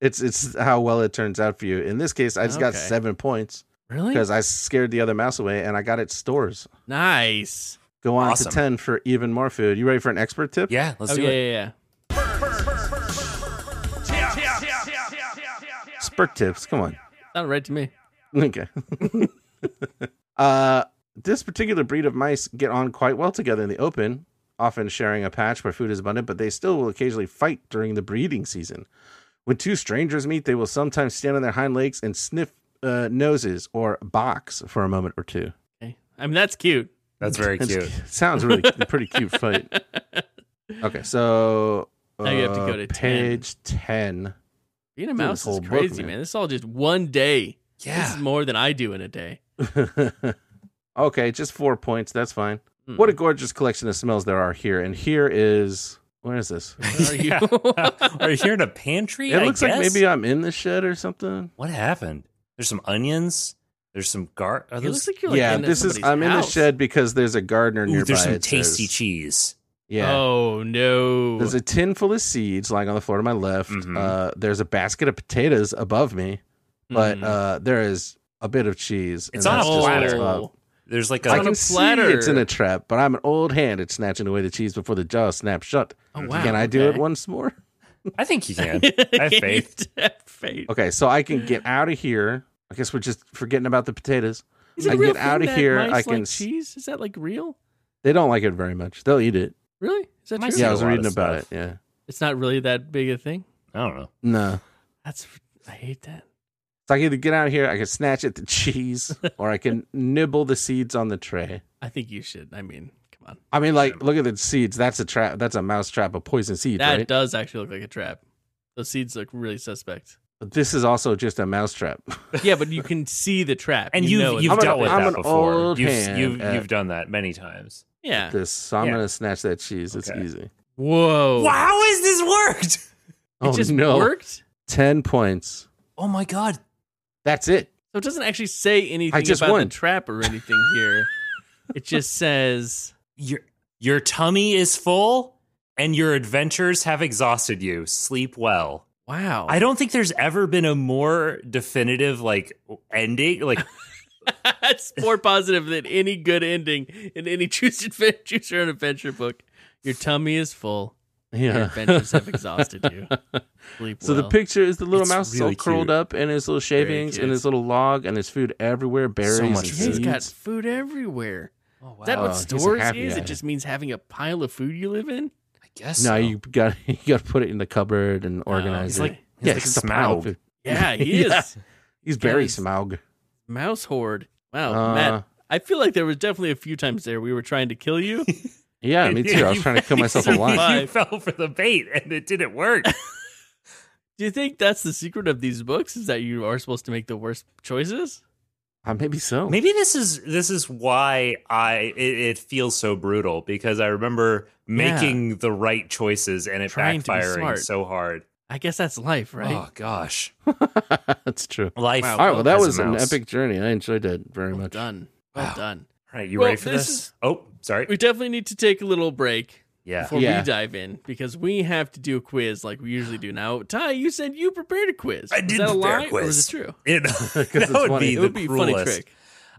S1: It's it's how well it turns out for you. In this case, I just got
S2: Okay.
S1: seven points
S2: really
S1: because I scared the other mouse away and I got its stores.
S2: nice.
S1: Go on
S3: Awesome.
S1: to 10 for even more food. You ready for an expert tip?
S3: Yeah, let's
S2: oh
S3: do
S2: yeah,
S3: it.
S2: yeah, yeah.
S1: Spurt tips. Come on.
S2: Sounded right to me.
S1: Okay. uh, this particular breed of mice get on quite well together in the open, often sharing a patch where food is abundant, but they still will occasionally fight during the breeding season. When two strangers meet, they will sometimes stand on their hind legs and sniff uh, noses or box for a moment or two.
S2: Okay. I mean that's cute.
S3: That's very
S1: That's
S3: cute.
S1: cu- Sounds really pretty cute fight. Okay, so
S2: Now you have to
S1: uh,
S2: go to 10.
S1: page 10.
S2: Being a
S1: Dude,
S2: mouse
S1: this whole
S2: is
S1: book,
S2: crazy, man.
S1: man.
S2: This is all just one day. This is
S3: Yeah.
S2: more than I do in a day.
S1: okay, just four points. That's fine.
S2: Hmm.
S1: What a gorgeous collection of smells there are here. And here is where is this?
S2: Where are you?
S3: Are you here in a pantry?
S1: it
S3: I
S1: looks like
S3: guess?
S1: maybe I'm in the shed or something.
S3: What happened? There's some onions. There's some gar. Are
S2: it looks
S3: those-
S2: like you're like
S1: yeah,
S2: in
S1: this is.
S2: somebody's
S1: I'm in the
S2: house.
S1: shed because there's a gardener
S3: Ooh,
S1: nearby.
S3: there's some
S1: it
S3: tasty
S1: says.
S3: cheese.
S1: Yeah.
S2: Oh no.
S1: There's a tin full of seeds lying on the floor to my left.
S3: Mhm.
S1: Uh, there's a basket of potatoes above me, but uh, there is a bit of cheese. and
S3: Mm. It's on
S1: that's
S3: a
S1: just what's
S3: platter.
S1: up.
S3: There's like
S1: I
S2: on
S3: a.
S2: a
S1: can see
S2: platter.
S1: it's in a trap, but I'm an old hand at snatching away the cheese before the jaws snap shut.
S2: Oh, wow,
S1: Can I do it
S2: okay.
S1: once more?
S3: I think you can. I have faith.
S2: have faith.
S1: Okay, so I can get out of here. I guess we're just forgetting about the potatoes.
S2: Is it
S1: I
S2: a
S1: can
S2: real
S1: get out
S2: thing
S1: of
S2: that
S1: here.
S2: mice
S1: I can.
S2: like
S1: s-
S2: cheese. Is that like real?
S1: They don't like it very much. They'll eat it.
S2: Really? Is that
S3: Mice
S2: true?
S3: eat
S1: Yeah, I
S3: a
S1: was
S3: lot
S1: reading
S3: of
S1: about it.
S3: stuff.
S1: Yeah.
S2: It's not really that big a thing.
S3: I don't know.
S1: No.
S2: That's I hate that.
S1: So I can either get out of here. I can snatch at the cheese, or I can nibble the seeds on the tray.
S2: I think you should. I mean, come on.
S1: I mean, like, look at the seeds. That's a trap. That's a mouse trap. A poison seed,
S2: That
S1: right?
S2: does actually look like a trap. Those seeds look really suspect.
S1: But this is also just a mousetrap.
S2: Yeah, but you can see the trap.
S3: And
S2: you,
S3: you,
S2: know
S3: have
S1: I'm an-
S3: dealt with
S1: I'm
S3: that
S1: an
S3: before.
S1: old
S3: you've,
S1: hand
S3: you've,
S1: at-
S3: you've done that many times.
S2: yeah.
S1: this, so I'm
S3: Yeah.
S1: gonna snatch that cheese. It's
S3: Okay.
S1: easy.
S2: Whoa!
S3: Wow, how has this worked?
S2: It just worked.
S1: Oh, Ten points.
S3: Oh my god!
S1: That's it.
S2: So it doesn't actually say anything
S1: I just
S2: about
S1: won.
S2: the trap or anything here. it just says
S3: Your your tummy is full, and your adventures have exhausted you. Sleep well.
S2: Wow.
S3: I don't think there's ever been a more definitive like ending. Like
S2: That's more positive than any good ending in any choose, adventure, choose your own adventure book. Your tummy is full. Your
S1: Yeah.
S2: adventures have exhausted you. Sleep
S1: So the
S2: well.
S1: picture is the little
S3: it's
S1: mouse is all
S3: really
S1: curled
S3: cute.
S1: up in his little shavings
S2: cute.
S1: and his little log and his food everywhere, berries
S3: much
S1: and
S3: food.
S2: He's
S1: seeds.
S2: got food everywhere.
S3: oh wow,
S2: Is that
S1: Oh,
S2: what
S1: he's a
S2: stores
S1: happy
S2: is?
S1: guy.
S2: It just means having a pile of food you live in?
S3: I guess
S1: no,
S3: so.
S1: you got you got to put it in the cupboard and organize
S2: he's
S1: it.
S2: like-
S3: Oh, he's like
S1: it's just a pile of
S3: Smaug.
S1: food.
S2: Yeah, he is.
S1: Yeah. He's very
S2: Guys.
S1: smaug.
S2: Mouse horde. Wow,
S3: Oh,
S1: Uh,
S2: Matt. I feel like there was definitely a few times there we were trying to kill you.
S1: Yeah, me too. I was trying to kill myself alive.
S3: you fell for the bait, and it didn't work.
S2: Do you think that's the secret of these books? Is that you are supposed to make the worst choices?
S1: Uh, maybe so.
S3: Maybe this is this is why I it, it feels so brutal because I remember
S2: Yeah.
S3: making the right choices and it
S2: Trying to be
S3: backfiring
S2: smart.
S3: so hard.
S2: I guess that's life, right?
S3: Oh gosh,
S1: That's true.
S3: life.
S2: Wow.
S1: All right, well, that
S3: as a
S1: was an
S3: mouse. Oh,
S1: epic journey. I enjoyed it very
S2: well
S1: much.
S2: done. Well
S3: Wow.
S2: done.
S3: All right, you
S2: Well,
S3: ready for
S2: this
S3: this?
S2: is-
S3: Oh, sorry.
S2: We definitely need to take a little break
S3: yeah.
S2: before
S1: Yeah.
S2: we dive in because we have to do a quiz like we usually do. Now, Ty, you said you prepared a quiz.
S3: I
S2: Is
S3: did
S2: that a
S3: prepare a
S2: lie or is
S3: quiz.
S2: it true?
S3: It, that
S1: it's
S3: would
S1: funny. It
S3: be
S2: It
S3: the
S2: would be a funny
S3: cruelest.
S2: trick.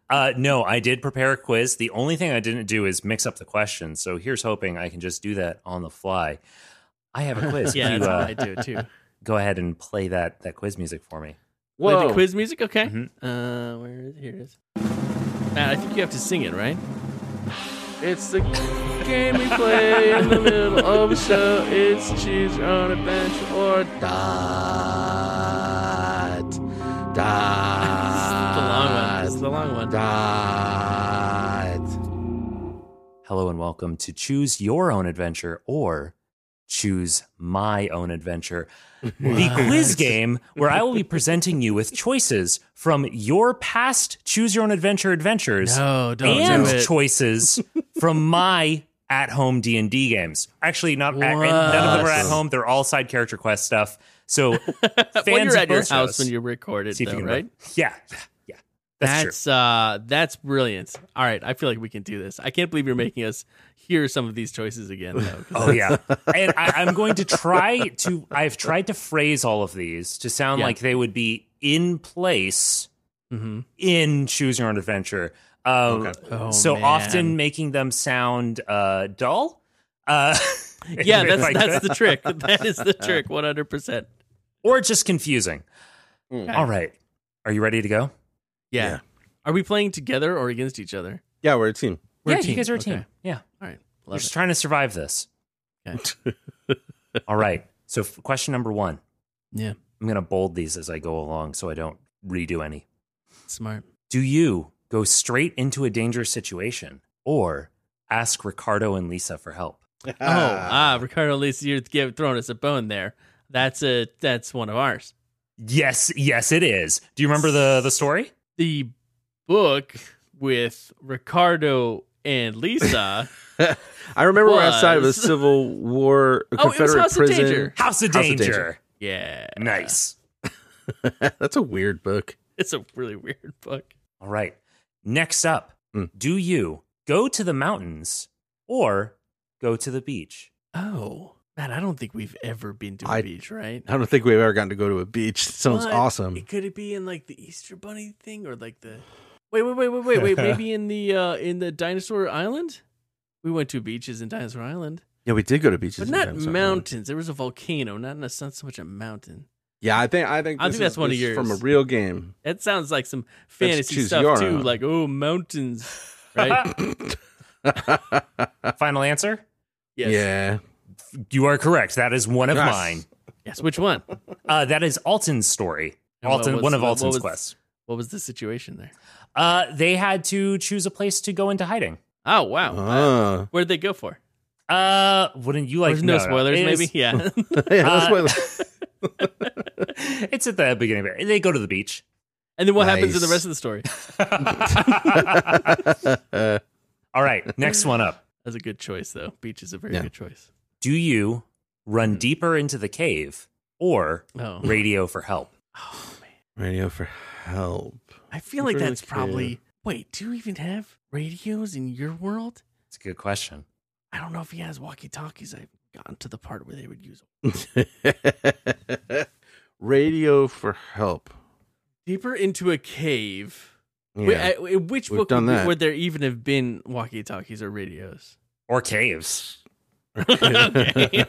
S3: Uh, no, I did prepare a quiz. The only thing I didn't do is mix up the questions. So here's hoping I can just do that on the fly. I have a quiz.
S2: Yeah,
S3: Can
S2: that's
S3: you,
S2: what
S3: uh,
S2: I do too.
S3: go ahead and play that that quiz music for me.
S2: Play
S1: Whoa.
S2: the quiz music, okay?
S3: Mhm.
S2: Uh, where is here it is? Matt, I think you have to sing it, right?
S1: It's the game we play in the middle of a show. It's choose your own adventure or dot.
S2: It's the long one. It's
S1: Dot.
S2: the long one.
S1: Ah, Dot.
S3: Hello and welcome to Choose Your Own Adventure or Choose My Own Adventure, the quiz game where I will be presenting you with choices from your past Choose Your Own Adventure adventures
S2: No, don't
S3: and
S2: do it.
S3: choices from my at-home D&D games. Actually, not at,
S2: What?
S3: none of them are at home. They're all side character quest stuff. So fans
S2: Uh, when
S3: of
S2: you're at your
S3: both
S2: house
S3: shows-
S2: when you record it,
S3: See if you
S2: though,
S3: can
S2: right?
S3: remember. Yeah, yeah, yeah. That's, true.
S2: uh that's brilliant. All right, I feel like we can do this. I can't believe you're making us hear some of these choices again. Though, 'cause
S3: Oh yeah, and I, I'm going to try to. I've tried to phrase all of these to sound
S2: Yeah.
S3: like they would be in place
S2: mm-hmm.
S3: in Choose Your Own Adventure. Um,
S2: Oh,
S3: so
S2: man.
S3: often making them sound uh, dull. Uh,
S2: yeah, that's
S3: like
S2: that's
S3: that.
S2: the trick. That is the trick. One hundred percent.
S3: or just confusing.
S1: Mm.
S3: All right, are you ready to go?
S2: Yeah. Are we playing together or against each other?
S1: Yeah, we're a team.
S2: We're a
S3: yeah,
S2: team.
S3: you guys are a
S2: Okay.
S3: team. Yeah,
S2: All right.
S3: we're
S2: Love
S3: just
S2: it.
S3: trying to survive this. All right. So f- question number one.
S2: Yeah.
S3: I'm gonna bold these as I go along, so I don't redo any.
S2: Smart.
S3: Do you go straight into a dangerous situation or ask Ricardo and Lisa for help?
S2: Oh, ah, Ricardo, Lisa, you're give, throwing us a bone there. That's a that's one of ours.
S3: Yes, yes, it is. Do you remember the, the story?
S2: The book with Ricardo and Lisa.
S1: I remember we're outside of a
S2: Was.
S1: Civil War a
S2: Oh, it was
S1: Confederate
S2: House of
S1: prison.
S2: Danger.
S3: House of
S1: House of
S3: Danger.
S1: Danger.
S2: yeah,
S3: Nice.
S1: That's a weird book.
S2: it's a really weird book.
S3: All right. Next up,
S2: Hmm.
S1: Mm.
S3: do you go to the mountains or go to the beach?
S2: Oh, man, I don't think we've ever been to a
S1: I-
S2: beach, right?
S1: I don't think we've ever gotten to go to a beach. It sounds
S2: But
S1: awesome.
S2: It, could it be in like the Easter Bunny thing or like the? Wait, wait, wait, wait, wait, wait. Maybe in the uh in the Dinosaur Island. We went to beaches in Dinosaur Island,
S1: Yeah, we did go to beaches,
S2: but
S1: in
S2: not
S1: Dinosaur Island.
S2: mountains. There was a volcano, not, not so much a mountain.
S1: Yeah, I think I think
S2: I
S1: this
S2: think that's
S1: is-
S2: one of
S1: this is from a
S2: yours.
S1: real game.
S2: That sounds like some fantasy
S1: choose
S2: stuff
S1: your
S2: too,
S1: own.
S2: like oh mountains, right?
S3: Final answer?
S2: yes.
S1: Yeah,
S3: You are correct. That is one of
S1: Yes.
S3: mine.
S2: Yes. Which one?
S3: Uh, that is Alton's story.
S2: And what
S3: Alton,
S2: was
S3: one of
S2: the- what
S3: Alton's
S2: was-
S3: quests.
S2: What was the situation there?
S3: Uh, they had to choose a place to go into hiding.
S2: Oh wow.
S1: uh,
S2: Where'd they go for?
S3: Uh, wouldn't you like?
S2: There's no,
S3: no,
S2: spoilers,
S3: It
S2: maybe.
S3: is-
S2: Yeah.
S1: yeah that's what-
S3: It's at the beginning. of it. They go to the beach.
S2: And then what happens in the
S1: Nice.
S2: rest of the story?
S3: All right, next one up.
S2: That's a good choice, though. Beach is a very
S1: Yeah.
S2: good choice.
S3: Do you run deeper into the cave or
S2: Oh,
S3: radio for help?
S1: Radio for help.
S2: I feel like
S1: Really
S2: that's
S1: cool.
S2: probably. Wait, do you even have radios in your world?
S3: It's a good question.
S2: I don't know if he has walkie talkies. I've gotten to the part where they would use
S1: Radio for help.
S2: deeper into a cave.
S1: Yeah.
S2: Wait, I- in which
S1: We've
S2: book
S1: done
S2: would,
S1: that.
S2: would there even have been walkie talkies or radios?
S3: Or caves.
S2: Okay.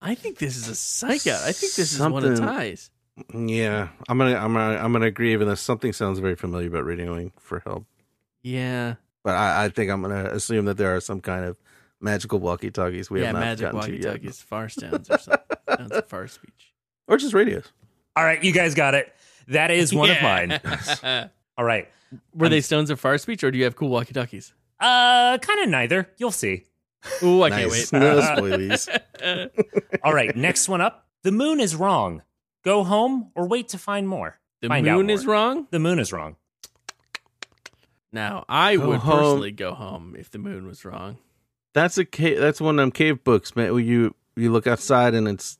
S2: I think this is a psycho. I think this is one of
S1: Something-
S2: Ty's.
S1: yeah, I'm gonna, I'm gonna, I'm gonna agree. Even though something sounds very familiar about radioing for help,
S2: Yeah.
S1: but I, I think I'm gonna assume that there are some kind of magical walkie-talkies we
S2: yeah,
S1: have not
S2: magic
S1: gotten
S2: walkie
S1: to yet,
S2: talkies, far sounds or something. Sounds of far speech.
S1: or just radios.
S3: All right, you guys got it. That is one of mine.
S2: mine.
S3: All right.
S2: Were they stones of far speech or do you have cool walkie talkies?
S3: Uh kind of neither. You'll see.
S2: Ooh, I
S1: nice.
S2: can't
S1: No spoilies.
S2: wait.
S3: All right, next one up. The moon is wrong. Go home or wait to find more.
S2: the
S3: Find out
S2: moon is
S3: more.
S2: wrong?
S3: The moon is wrong.
S2: Now, I
S1: Go
S2: would
S1: home.
S2: personally go home if the moon was wrong.
S1: That's a cave. That's one of them cave books, man. Where you you look outside and it's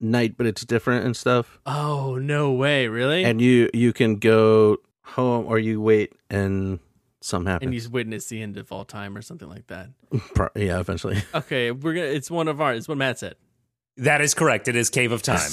S1: night, but it's different and stuff.
S2: Oh, no way. Really?
S1: And you you can go home or you wait and something
S2: and
S1: happens.
S2: he's witnessed the end of all time or something like that.
S1: Pro- yeah, eventually.
S2: Okay, we're gonna. It's one of ours. It's what Matt said.
S3: That is correct. It is Cave of Time.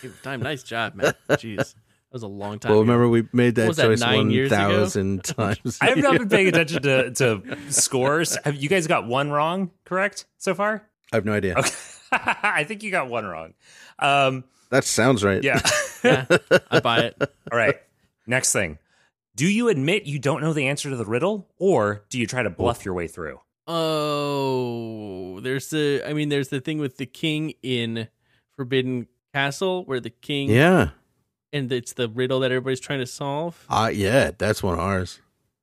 S2: Give time. Nice job, Matt. Jeez, that was a long time.
S1: Well,
S2: ago.
S1: remember we made
S2: What
S1: that
S2: was that,
S1: choice
S2: nine
S1: one
S2: years ago?
S1: thousand times.
S3: I have not been paying attention to, to scores. Have you guys got one wrong, correct, so far?
S1: I have no idea.
S3: Okay. I think you got one wrong. Um,
S1: That sounds right.
S3: yeah.
S2: Yeah, I buy it.
S3: All right. Next thing. Do you admit you don't know the answer to the riddle or do you try to bluff your way through?
S2: Oh, there's the. I mean, there's the thing with the king in Forbidden Castle, where the king.
S1: Yeah.
S2: And it's the riddle that everybody's trying to solve.
S1: Uh, yeah, that's one of ours.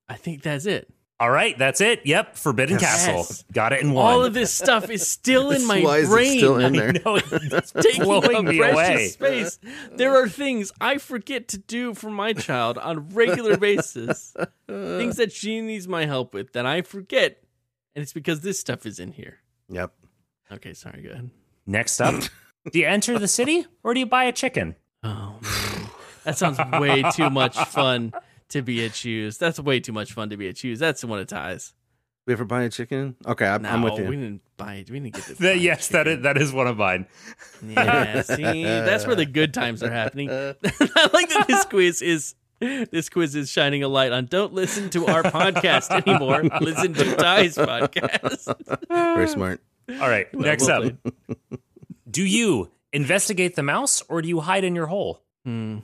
S2: I think that's it.
S3: All right. That's it. Yep. Forbidden
S1: Yes.
S3: Castle. Got it in one.
S2: All of this stuff is still in my
S1: Why is
S2: brain.
S1: it still in
S3: I
S1: there?
S3: know, it's
S2: taking up
S3: blowing me
S2: precious
S3: away.
S2: space. There are things I forget to do for my child on a regular basis. things that she needs my help with that I forget. And it's because this stuff is in here.
S1: Yep.
S2: Okay, sorry, go ahead.
S3: Next up. Do you enter the city or do you buy a chicken?
S2: Oh, man. That sounds way too much fun to be a choose. That's way too much fun to be a choose. That's one of Ty's.
S1: We ever buy a chicken? Okay, I'm, I'm
S2: No,
S1: with you.
S2: We didn't buy it. We didn't get to buy
S3: That- yes, that
S2: chicken.
S3: is, that is one of mine.
S2: Yeah, see, that's where the good times are happening. I like that this quiz is this quiz is shining a light on. Don't listen to our podcast anymore. listen to Ty's podcast.
S1: Very smart.
S3: All right. Next
S2: well
S3: up. Do you investigate the mouse or do you hide in your hole?
S2: Hmm.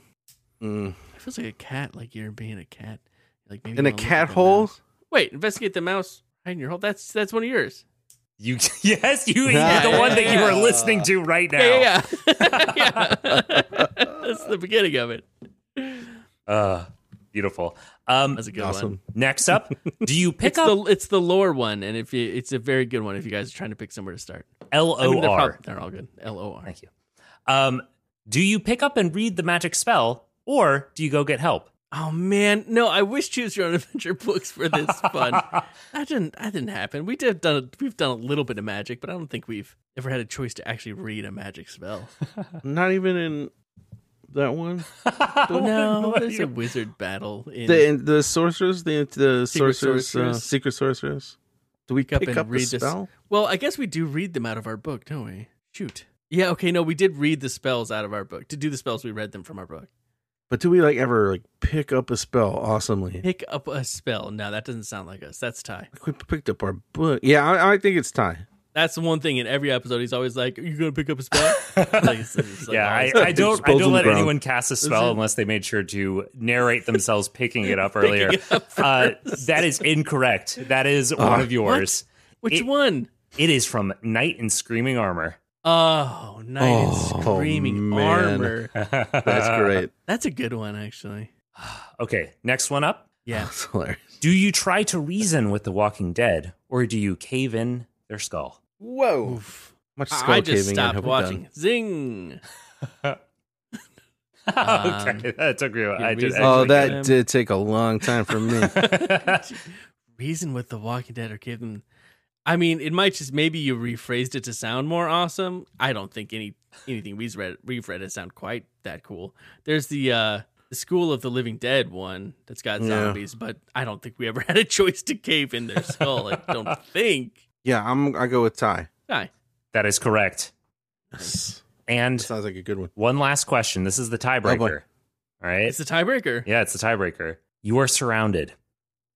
S1: Mm.
S2: It feels like a cat. Like you're being a cat. Like maybe
S1: In
S2: you
S1: a
S2: wanna look
S1: cat
S2: at the
S1: hole?
S2: mouse. Wait, investigate the mouse. Hide in your hole. That's that's one of yours.
S3: You yes, you
S1: Yeah,
S3: the one
S2: yeah,
S3: that you
S2: yeah.
S3: are listening to right now.
S2: Yeah, yeah, yeah. Yeah. that's the beginning of it.
S3: Uh, beautiful. Um,
S2: That's a good one.
S1: Awesome.
S3: next up, do you pick
S2: It's
S3: up
S2: the it's the lore one, and if you, it's a very good one, if you guys are trying to pick somewhere to start.
S3: L
S2: I mean,
S3: O
S2: they're,
S3: R?
S2: prob- they're all good. L O R.
S3: Thank you. Um, do you pick up and read the magic spell, or do you go get help?
S2: Oh man, no! I wish choose your own adventure books for this fun. that didn't that didn't happen. We did done we've done a little bit of magic, but I don't think we've ever had a choice to actually read a magic spell.
S1: Not even in that one.
S2: no, there's a wizard battle in
S1: The in, the sorceress, the the
S2: Secret
S1: sorceress, uh,
S2: sorceress.
S1: secret sorceress. Do we
S2: Pick up
S1: pick
S2: and
S1: up, the
S2: read this-
S1: spell?
S2: Well, I guess we do read them out of our book, don't we? Shoot. Yeah. Okay. No, we did read the spells out of our book. To do the spells, we read them from our book.
S1: But do we like ever like pick up a spell awesomely?
S2: Pick up a spell. No, that doesn't sound like us. That's Ty.
S1: Like we picked up our book. Yeah, I, I think it's time.
S2: That's the one thing in every episode. He's always like, "Are you gonna pick up a spell?" Like, it's- it's like,
S3: Yeah,
S2: "Oh,
S3: I,
S2: it's
S3: I don't. I
S1: Expose
S3: don't
S1: on the
S3: let
S1: ground.
S3: anyone cast a spell unless they made sure to narrate themselves picking it up earlier.
S2: it up Uh,
S3: uh, that is incorrect. That is one of yours.
S2: Which
S3: It-
S2: one?
S3: It is from Knight in Screaming Armor.
S2: Oh, Knight in
S1: Oh,
S2: Screaming
S1: man.
S2: Armor.
S1: That's
S3: Uh,
S1: great.
S2: That's a good one, actually.
S3: Okay, next one up.
S2: Yeah.
S1: That's hilarious.
S3: Do you try to reason with the Walking Dead, or do you cave in their skull?
S1: Whoa. Much skull
S2: I just
S1: caving in
S2: stopped
S1: have we
S2: watching.
S1: done.
S2: Zing.
S1: Um,
S3: okay, that took me. a- I
S2: your
S3: did.
S2: reason-
S3: I-
S1: Oh,
S2: Actually,
S1: that
S2: um,
S1: did take a long time for me.
S2: Reason with The Walking Dead or give them. I mean, it might just maybe you rephrased it to sound more awesome. I don't think any anything we've read we've read has sound quite that cool. There's the uh the School of the Living Dead one that's got
S1: Yeah.
S2: zombies, but I don't think we ever had a choice to cave in their skull. I don't think.
S1: yeah, I'm. I go with Ty.
S2: Hi.
S3: that is correct.
S1: Yes.
S3: And
S1: Sounds like a good one.
S3: one last question. This is the
S1: Oh, boy.
S3: tiebreaker. All right.
S2: It's the tiebreaker.
S3: Yeah, it's the tiebreaker. You are surrounded.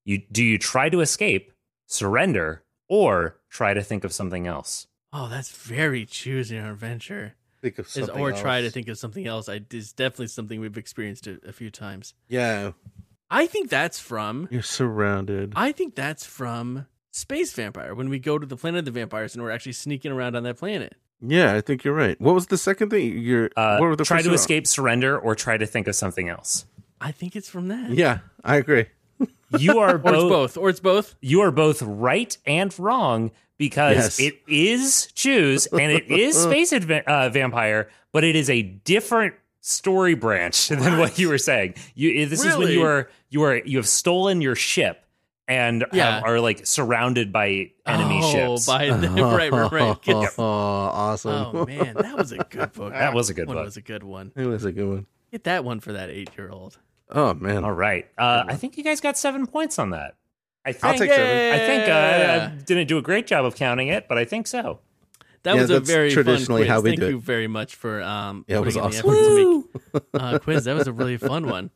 S3: You do you try to escape, surrender, or try to think of something else?
S2: Oh, that's very choosing our venture.
S1: Think of
S2: Is
S1: something
S2: or try to
S1: else.
S2: think of something else. I is definitely something we've experienced a, a few times.
S1: Yeah,
S2: I think that's from.
S1: you're surrounded.
S2: I think that's from Space Vampire when we go to the planet of the vampires and we're actually sneaking around on that planet.
S1: yeah, I think you're right. What was the second thing? You're
S3: Uh,
S1: what were the
S3: try
S1: first
S3: to
S1: two?
S3: escape, surrender, or try to think of something else.
S2: I think it's from that.
S1: Yeah, I agree.
S3: You are
S2: Or it's
S3: both,
S2: both. Or it's both.
S3: You are both right and wrong because
S1: Yes.
S3: it is choose and it is space adva- uh, vampire, but it is a different story branch than what you were saying. You this is when
S2: Really?
S3: you are you are you have stolen your ship and have-
S2: Yeah.
S3: are like surrounded by enemy
S2: oh,
S3: ships.
S2: by the right, right, right.
S1: Oh,
S2: 'Cause-
S1: awesome.
S2: Oh man, that was a good book.
S3: That was a good
S2: one.
S3: book.
S2: Was a good one.
S1: it was a good one.
S2: Get that one for that eight-year-old.
S1: Oh man.
S3: All right, uh, I think you guys got seven points on that. I think
S1: I'll take seven.
S3: I think uh,
S2: Yeah.
S3: I didn't do a great job of counting it, but I think so.
S2: That
S1: Yeah,
S2: was a
S1: that's
S2: very
S1: traditionally
S2: fun quiz.
S1: how we
S2: Thank
S1: do it.
S2: you very much for um
S1: Yeah, it was
S2: putting in
S1: awesome.
S2: the effort to make uh, quiz. That was a really fun one.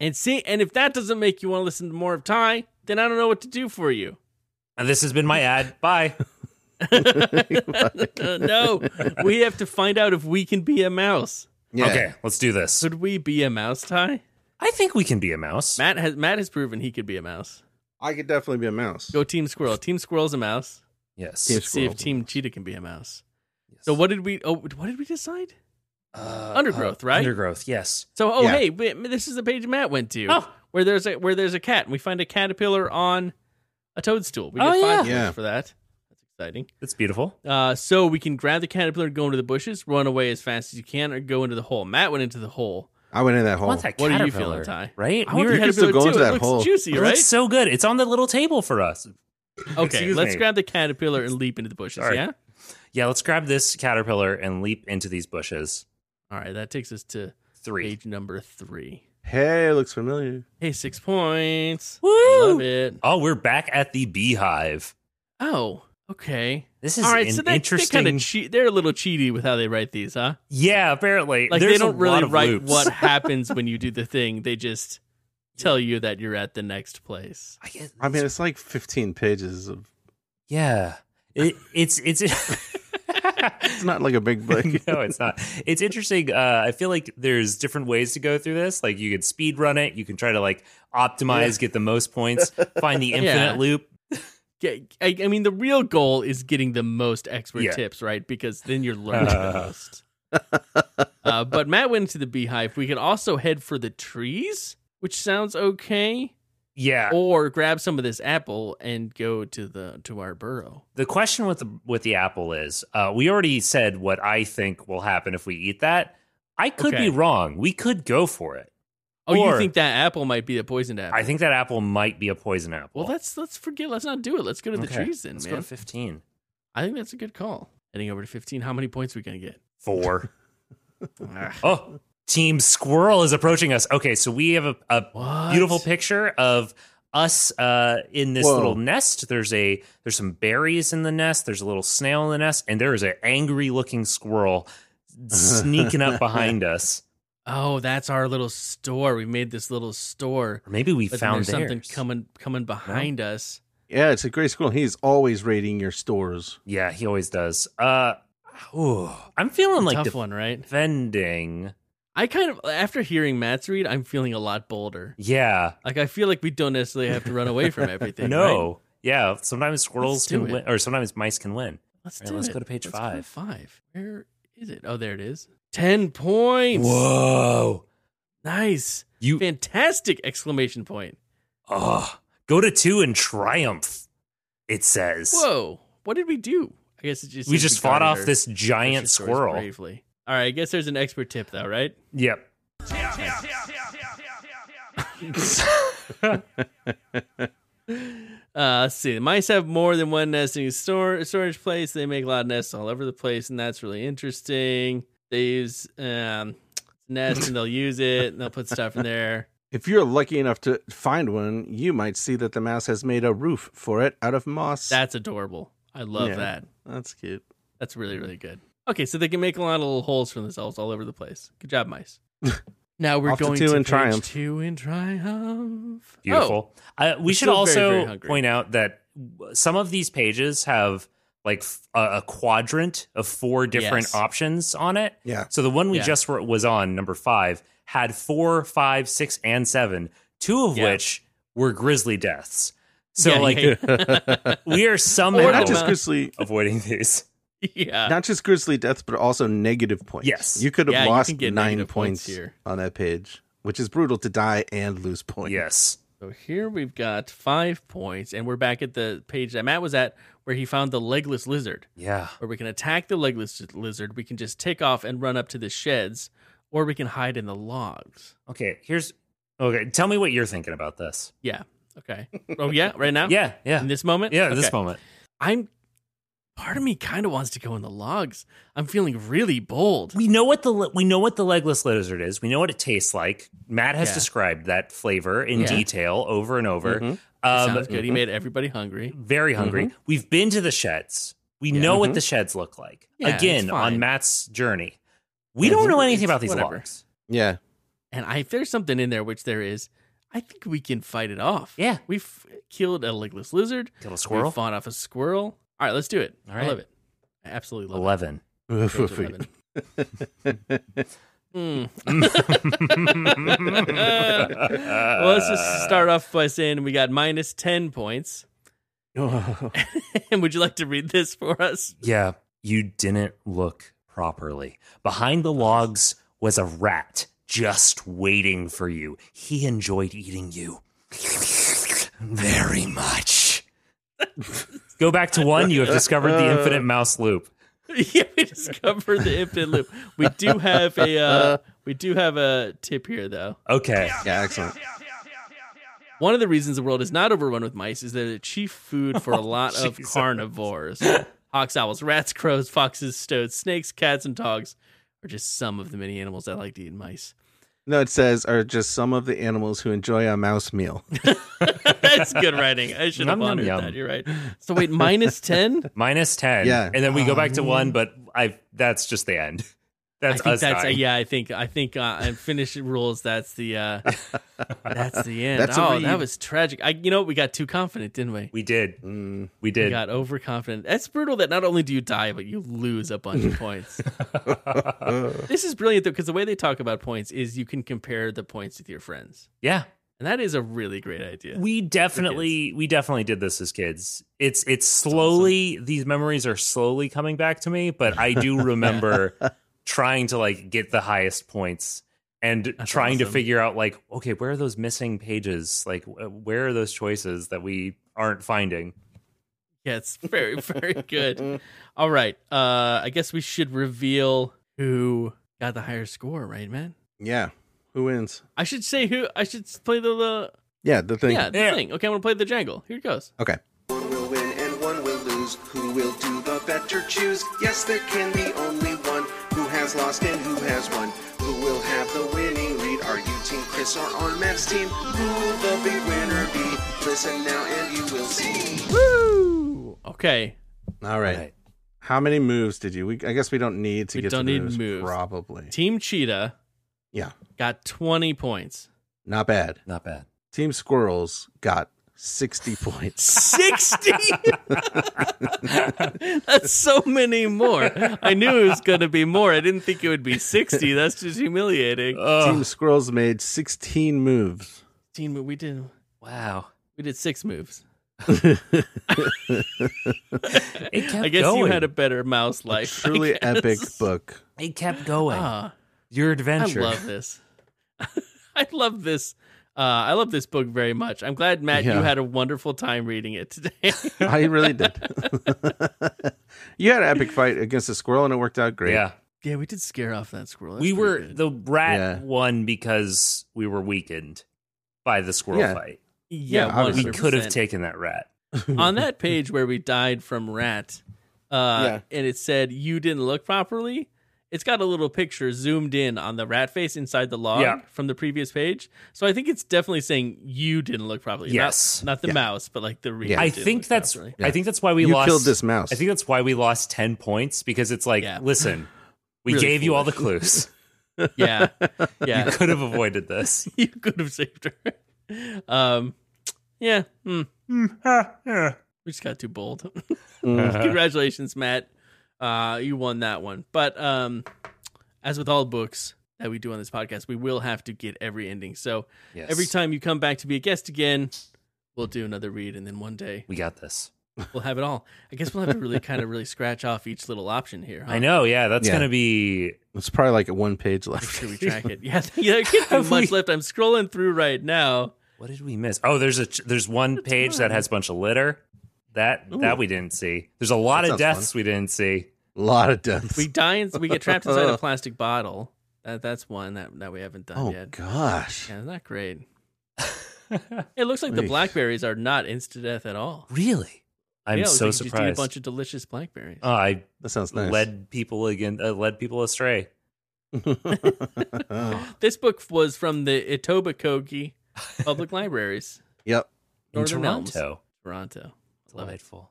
S2: And see, and if that doesn't make you want to listen to more of Ty, then I don't know what to do for you.
S3: And this has been my ad. Bye.
S2: no, we have to find out if we can be a mouse.
S1: Yeah.
S3: Okay, let's do this.
S2: Could we be a mouse, Ty?
S3: I think we can be a mouse.
S2: Matt has Matt has proven he could be a mouse.
S1: I could definitely be a mouse.
S2: Go Team Squirrel. Team Squirrel's a mouse.
S3: Yes.
S1: Team
S2: See if
S1: Squirrel's a
S2: Team Cheetah can be a mouse. So what did we? Oh, what did we decide?
S3: Uh,
S2: Undergrowth, right?
S3: Undergrowth, yes.
S2: So oh
S1: Yeah.
S2: hey, wait, this is the page Matt went to.
S3: Oh.
S2: Where there's a where there's a cat and we find a caterpillar on a toadstool. We
S3: Oh,
S2: get
S3: yeah.
S2: five points
S1: Yeah.
S2: for that. That's exciting.
S3: That's beautiful.
S2: Uh, so we can grab the caterpillar, go into the bushes, run away as fast as you can, or go into the hole. Matt went into the hole.
S1: I went in that hole.
S3: I want that
S2: What are you
S3: caterpillar,
S2: feeling, Ty?
S3: Right?
S2: I want the
S1: could
S2: caterpillar
S1: still go
S2: too.
S1: into
S2: It
S1: that
S2: looks
S1: hole.
S2: juicy,
S3: it
S2: right?
S3: looks so good. It's on the little table for us.
S2: okay,
S3: Excuse
S2: let's
S3: me.
S2: grab the caterpillar and leap into the bushes.
S3: Sorry.
S2: Yeah.
S3: Yeah, let's grab this caterpillar and leap into these bushes.
S2: All right, that takes us to
S3: Three.
S2: page number three.
S1: Hey, looks familiar.
S2: Hey, six points.
S3: Woo!
S2: Love it.
S3: Oh, we're back at the beehive.
S2: Oh, okay.
S3: This is
S2: All right,
S3: an
S2: so they, they
S3: interesting.
S2: kind of cheat. They're a little cheaty with how they write these, huh?
S3: yeah, apparently.
S2: Like
S3: There's
S2: they
S3: a
S2: don't really
S3: lot of
S2: write
S3: loops.
S2: what happens when you do the thing. They just tell you that you're at the next place.
S3: I guess-
S1: I mean, it's like 15 pages of.
S3: yeah. It, it's it's
S1: It's not like a big book.
S3: no, it's not. It's interesting. Uh, I feel like there's different ways to go through this. Like you could speed run it. You can try to like optimize, get the most points, find the infinite
S2: Yeah.
S3: loop.
S2: Get- I, I mean, the real goal is getting the most expert
S3: Yeah.
S2: tips, right? Because then you're learning the most. Uh, but Matt went into the beehive. We could also head for the trees, which sounds okay,
S3: Yeah.
S2: or grab some of this apple and go to the to our burrow.
S3: The question with the with the apple is, uh, we already said what I think will happen if we eat that. I could
S2: Okay.
S3: be wrong. We could go for it.
S2: Oh, you
S3: Or-
S2: think that apple might be a poisoned apple?
S3: I think that apple might be a poison apple.
S2: Well, let's let's forget. Let's not do it. Let's go to the
S3: Okay.
S2: trees then,
S3: Let's go
S2: man.
S3: to fifteen.
S2: I think that's a good call. Heading over to fifteen. How many points are we gonna get?
S3: Four. oh, Team Squirrel is approaching us. Okay, so we have a, a
S2: What?
S3: beautiful picture of us uh, in this
S1: Whoa.
S3: little nest. There's a there's some berries in the nest. There's a little snail in the nest, and there is an angry looking squirrel sneaking up behind us.
S2: Oh, that's our little store. We made this little store.
S3: Or maybe we
S2: But then
S3: found
S2: there's something
S3: theirs.
S2: coming coming behind us.
S1: Yeah, it's a great school. He's always raiding your stores.
S3: Yeah, he always does. Uh, ooh, I'm feeling like
S2: Tough one, right?
S3: defending.
S2: I kind of after hearing Matt's read, I'm feeling a lot bolder.
S3: Yeah,
S2: Like I feel like we don't necessarily have to run away from everything.
S3: no.
S2: right?
S3: Yeah, sometimes squirrels
S2: do
S3: can
S2: it.
S3: win, or sometimes mice can win.
S2: let's
S3: All right,
S2: do
S3: let's
S2: it.
S3: go to page
S2: Let's
S3: five.
S2: five. Where is it? Oh, there it is. Ten points.
S3: Whoa!
S2: Nice.
S3: You
S2: Fantastic exclamation point.
S3: Oh, go to two and triumph. It says.
S2: Whoa. What did we do? I guess it just
S3: we
S2: says
S3: just fought off
S2: guarded her
S3: this giant
S2: precious doors
S3: squirrel.
S2: bravely. All right, I guess there's an expert tip though, right?
S3: Yep.
S2: Uh, let's see. Mice have more than one nesting stor- storage place. They make a lot of nests all over the place, and that's really interesting. They use um, nests and they'll use it, and they'll put stuff in there.
S1: If you're lucky enough to find one, you might see that the mouse has made a roof for it out of moss.
S2: That's adorable. I love
S1: Yeah.
S2: that.
S1: That's cute.
S2: That's really, really good. Okay, so they can make a lot of little holes for themselves all over the place. Good job, mice. now we're
S1: Off to
S2: going
S1: two
S2: to
S1: in
S2: page
S1: triumph.
S2: Two in triumph. Oh,
S3: Beautiful. Uh, we should
S2: still very,
S3: also
S2: very hungry.
S3: point out that some of these pages have like f- a, a quadrant of four different
S2: Yes.
S3: options on it.
S6: Yeah.
S3: So the one we
S2: Yeah.
S3: just were, was on, number five, had four, five, six, and seven, two of
S2: Yeah.
S3: which were grisly deaths. So
S2: Yeah,
S3: like
S2: yeah.
S3: we are
S2: Or
S1: Or
S3: somehow
S1: not just
S2: uh,
S1: grizzly,
S3: avoiding these.
S2: yeah.
S1: not just grizzly deaths, but also negative points.
S3: Yes.
S1: you could have
S2: Uh, Yeah, you
S1: lost
S2: can get
S1: nine
S2: negative
S1: points,
S2: points here.
S1: on that page, which is brutal to die and lose points.
S3: Yes.
S2: So here we've got five points, and we're back at the page that Matt was at where he found the legless lizard,
S3: Yeah.
S2: where we can attack the legless lizard. We can just take off and run up to the sheds, or we can hide in the logs.
S3: Okay. Here's okay. Tell me what you're thinking about this.
S2: Yeah. Okay. Oh, yeah. Right now?
S3: Yeah. Yeah.
S2: In this moment?
S3: Yeah.
S2: Okay.
S3: This moment.
S2: I'm. Part of me kind of wants to go in the logs. I'm feeling really bold.
S3: we know what the we know what the legless lizard is. We know what it tastes like. Matt has
S2: Yeah.
S3: described that flavor in
S2: Yeah. Mm-hmm.
S3: detail over and
S1: Mhm.
S3: over.
S2: Sounds
S3: Um,
S2: good. Mm-hmm. He made everybody hungry.
S3: very hungry. We've been to the sheds. We know what the sheds look like.
S2: Mm-hmm. Yeah, it's
S3: Again, on
S2: fine.
S3: Matt's journey, we don't know anything
S2: It's
S3: about these
S2: whatever.
S3: logs.
S1: yeah,
S2: And I, if there's something in there, which there is, I think we can fight it off.
S3: Yeah.
S2: We've killed a legless lizard.
S3: Kill a
S2: We
S3: squirrel.
S2: fought off a squirrel. All right, let's do it.
S3: All
S2: I
S3: right.
S2: love it. I absolutely love
S3: Eleven.
S2: it. Page 11. Mm. well, let's just start off by saying we got minus 10 points. and would you like to read this for us?
S3: Yeah, you didn't look properly. Behind the logs was a rat just waiting for you. He enjoyed eating you very much. Go back to one. You have discovered the
S1: Uh.
S3: infinite mouse loop.
S2: yeah, we discovered the infinite loop. We do have a uh, we do have a tip here though.
S3: Okay.
S1: yeah, excellent.
S2: One of the reasons the world is not overrun with mice is they're the chief food
S3: Oh,
S2: for a lot of carnivores. Hawks, owls, rats, crows, foxes, stoats, snakes, cats, and dogs are just some of the many animals that like to eat mice.
S1: No, it says are just some of the animals who enjoy a mouse meal.
S2: That's good writing. I should have
S3: Yum, yum,
S2: honored
S3: yum.
S2: that. You're right. So wait, minus ten?
S3: Minus 10.
S1: Yeah.
S3: And then we go back to one, but I that's just the end.
S2: Um. I
S3: That's
S2: think
S3: us
S2: that's uh,
S3: dying.
S2: yeah. I think I think uh, and finish rules. That's the uh, that's the end.
S1: That's a
S2: oh,
S1: read.
S2: that was tragic. I you know we got too confident, didn't we?
S3: We did.
S1: Mm.
S3: We
S2: We
S3: did.
S2: got overconfident. That's brutal. That not only do you die, but you lose a bunch of points. this is brilliant though, because the way they talk about points is you can compare the points with your friends,
S3: yeah.
S2: and that is a really great idea.
S3: we definitely we definitely did this as kids it's it's slowly these memories are slowly coming back to me but i do remember trying to like get the highest points and trying to
S2: awesome.
S3: figure out like okay where are those missing pages like wh- where are those choices that we aren't finding
S2: yeah, it's very very good. All right, uh, I guess we should reveal who got the higher score, right, man?
S1: Yeah, who wins?
S2: I should say who. I should play the, the
S1: Yeah, the thing.
S2: yeah the
S3: Yeah.
S2: thing. Okay, I'm gonna play the jangle. Here it goes.
S1: Okay.
S7: One will win and one will lose. Who will do the better choose? Yes, there can be only one. Who has lost and who has won? Who will have the winning lead? Are you Team Chris or on Matt's team? Who will the big winner be? Listen now and you will see.
S2: Woo! Okay,
S1: All right. How many moves did you? We, I guess we don't need to
S2: We
S1: get
S2: don't
S1: to the
S2: need moves.
S1: Probably.
S2: Team Cheetah
S1: Yeah,
S2: got 20 points.
S1: not bad.
S3: not bad
S1: Team Squirrels got sixty points.
S2: 60 that's so many more i knew it was going to be more i didn't think it would be 60 that's just humiliating
S1: Team Squirrels made sixteen moves.
S2: Team, we did
S3: wow
S2: we did six moves
S3: it kept
S2: i guess
S3: going
S2: you had a better mouse life I
S1: Truly
S2: guess.
S1: epic book.
S3: it kept going
S2: Ah,
S3: your
S2: i
S3: adventure
S2: love this i love this Uh, I love this book very much. I'm glad, Matt, you
S1: Yeah.
S2: had a wonderful time reading it today.
S1: I really did. you had an epic fight against a squirrel, and it worked out great.
S3: Yeah.
S2: yeah, we did scare off that squirrel. That's
S3: we
S2: pretty
S3: were
S2: good.
S3: the rat
S1: Yeah.
S3: won because we were weakened by the squirrel
S1: Yeah.
S3: fight.
S2: yeah,
S1: yeah, obviously.
S3: We could have
S2: 100%.
S3: taken that rat.
S2: on that page where we died from rat, uh, and it said you didn't look properly. It's got a little picture zoomed in on the rat face inside the log
S3: Yeah.
S2: from the previous page. So I think it's definitely saying you didn't look properly. Not-
S3: Yes.
S2: not, the mouse, but like the reader.
S1: Yeah.
S3: I
S2: didn't
S3: think
S2: look
S3: that's
S2: properly.
S1: Yeah.
S3: I think that's why we
S1: you
S3: lost
S1: killed this mouse.
S3: I think that's why we lost 10 points because it's like,
S2: Yeah.
S3: listen, we
S2: Really
S3: gave you all the clues.
S2: yeah, yeah.
S3: You could have avoided this.
S2: you could have saved her. Um, yeah, hmm. we just got too bold.
S1: Mm.
S2: Uh-huh. Congratulations, Matt. Uh, you won that one. But um, as with all books that we do on this podcast, we will have to get every ending. So
S3: Yes.
S2: every time you come back to be a guest again, we'll do another read, and then one day
S3: we got this.
S2: we'll have it all. I guess we'll have to really kind of really scratch off each little option here. huh?
S3: I know, yeah, that's
S1: Yeah.
S3: going to be
S1: it's probably like a one page
S2: Make
S1: left.
S2: sure we track it. Yeah, there can't be
S3: Have
S2: much
S3: we-
S2: left. I'm scrolling through right now.
S3: What did we miss? Oh, there's a there's one page that has a bunch of litter. That that we didn't see. There's a lot
S1: That sounds
S3: of
S1: fun.
S3: deaths we didn't see.
S1: a lot of deaths.
S2: We die. In, we get trapped inside a plastic bottle. That, that's one that, that we haven't done
S1: oh
S2: yet.
S1: gosh.
S2: Yeah, not great. it looks like the
S1: Eesh.
S2: blackberries are not insta death at all.
S3: Really? I'm
S2: Yeah, it looks like
S3: so
S2: you Just eat a
S3: surprised.
S2: bunch of delicious blackberries.
S3: oh, I
S1: That sounds nice.
S3: led people again uh, led people astray.
S2: this book was from the Etobicoke Public Libraries,
S1: yep.
S3: In
S2: Northern
S3: Toronto.
S2: Elms, Toronto. Love it.
S3: Delightful.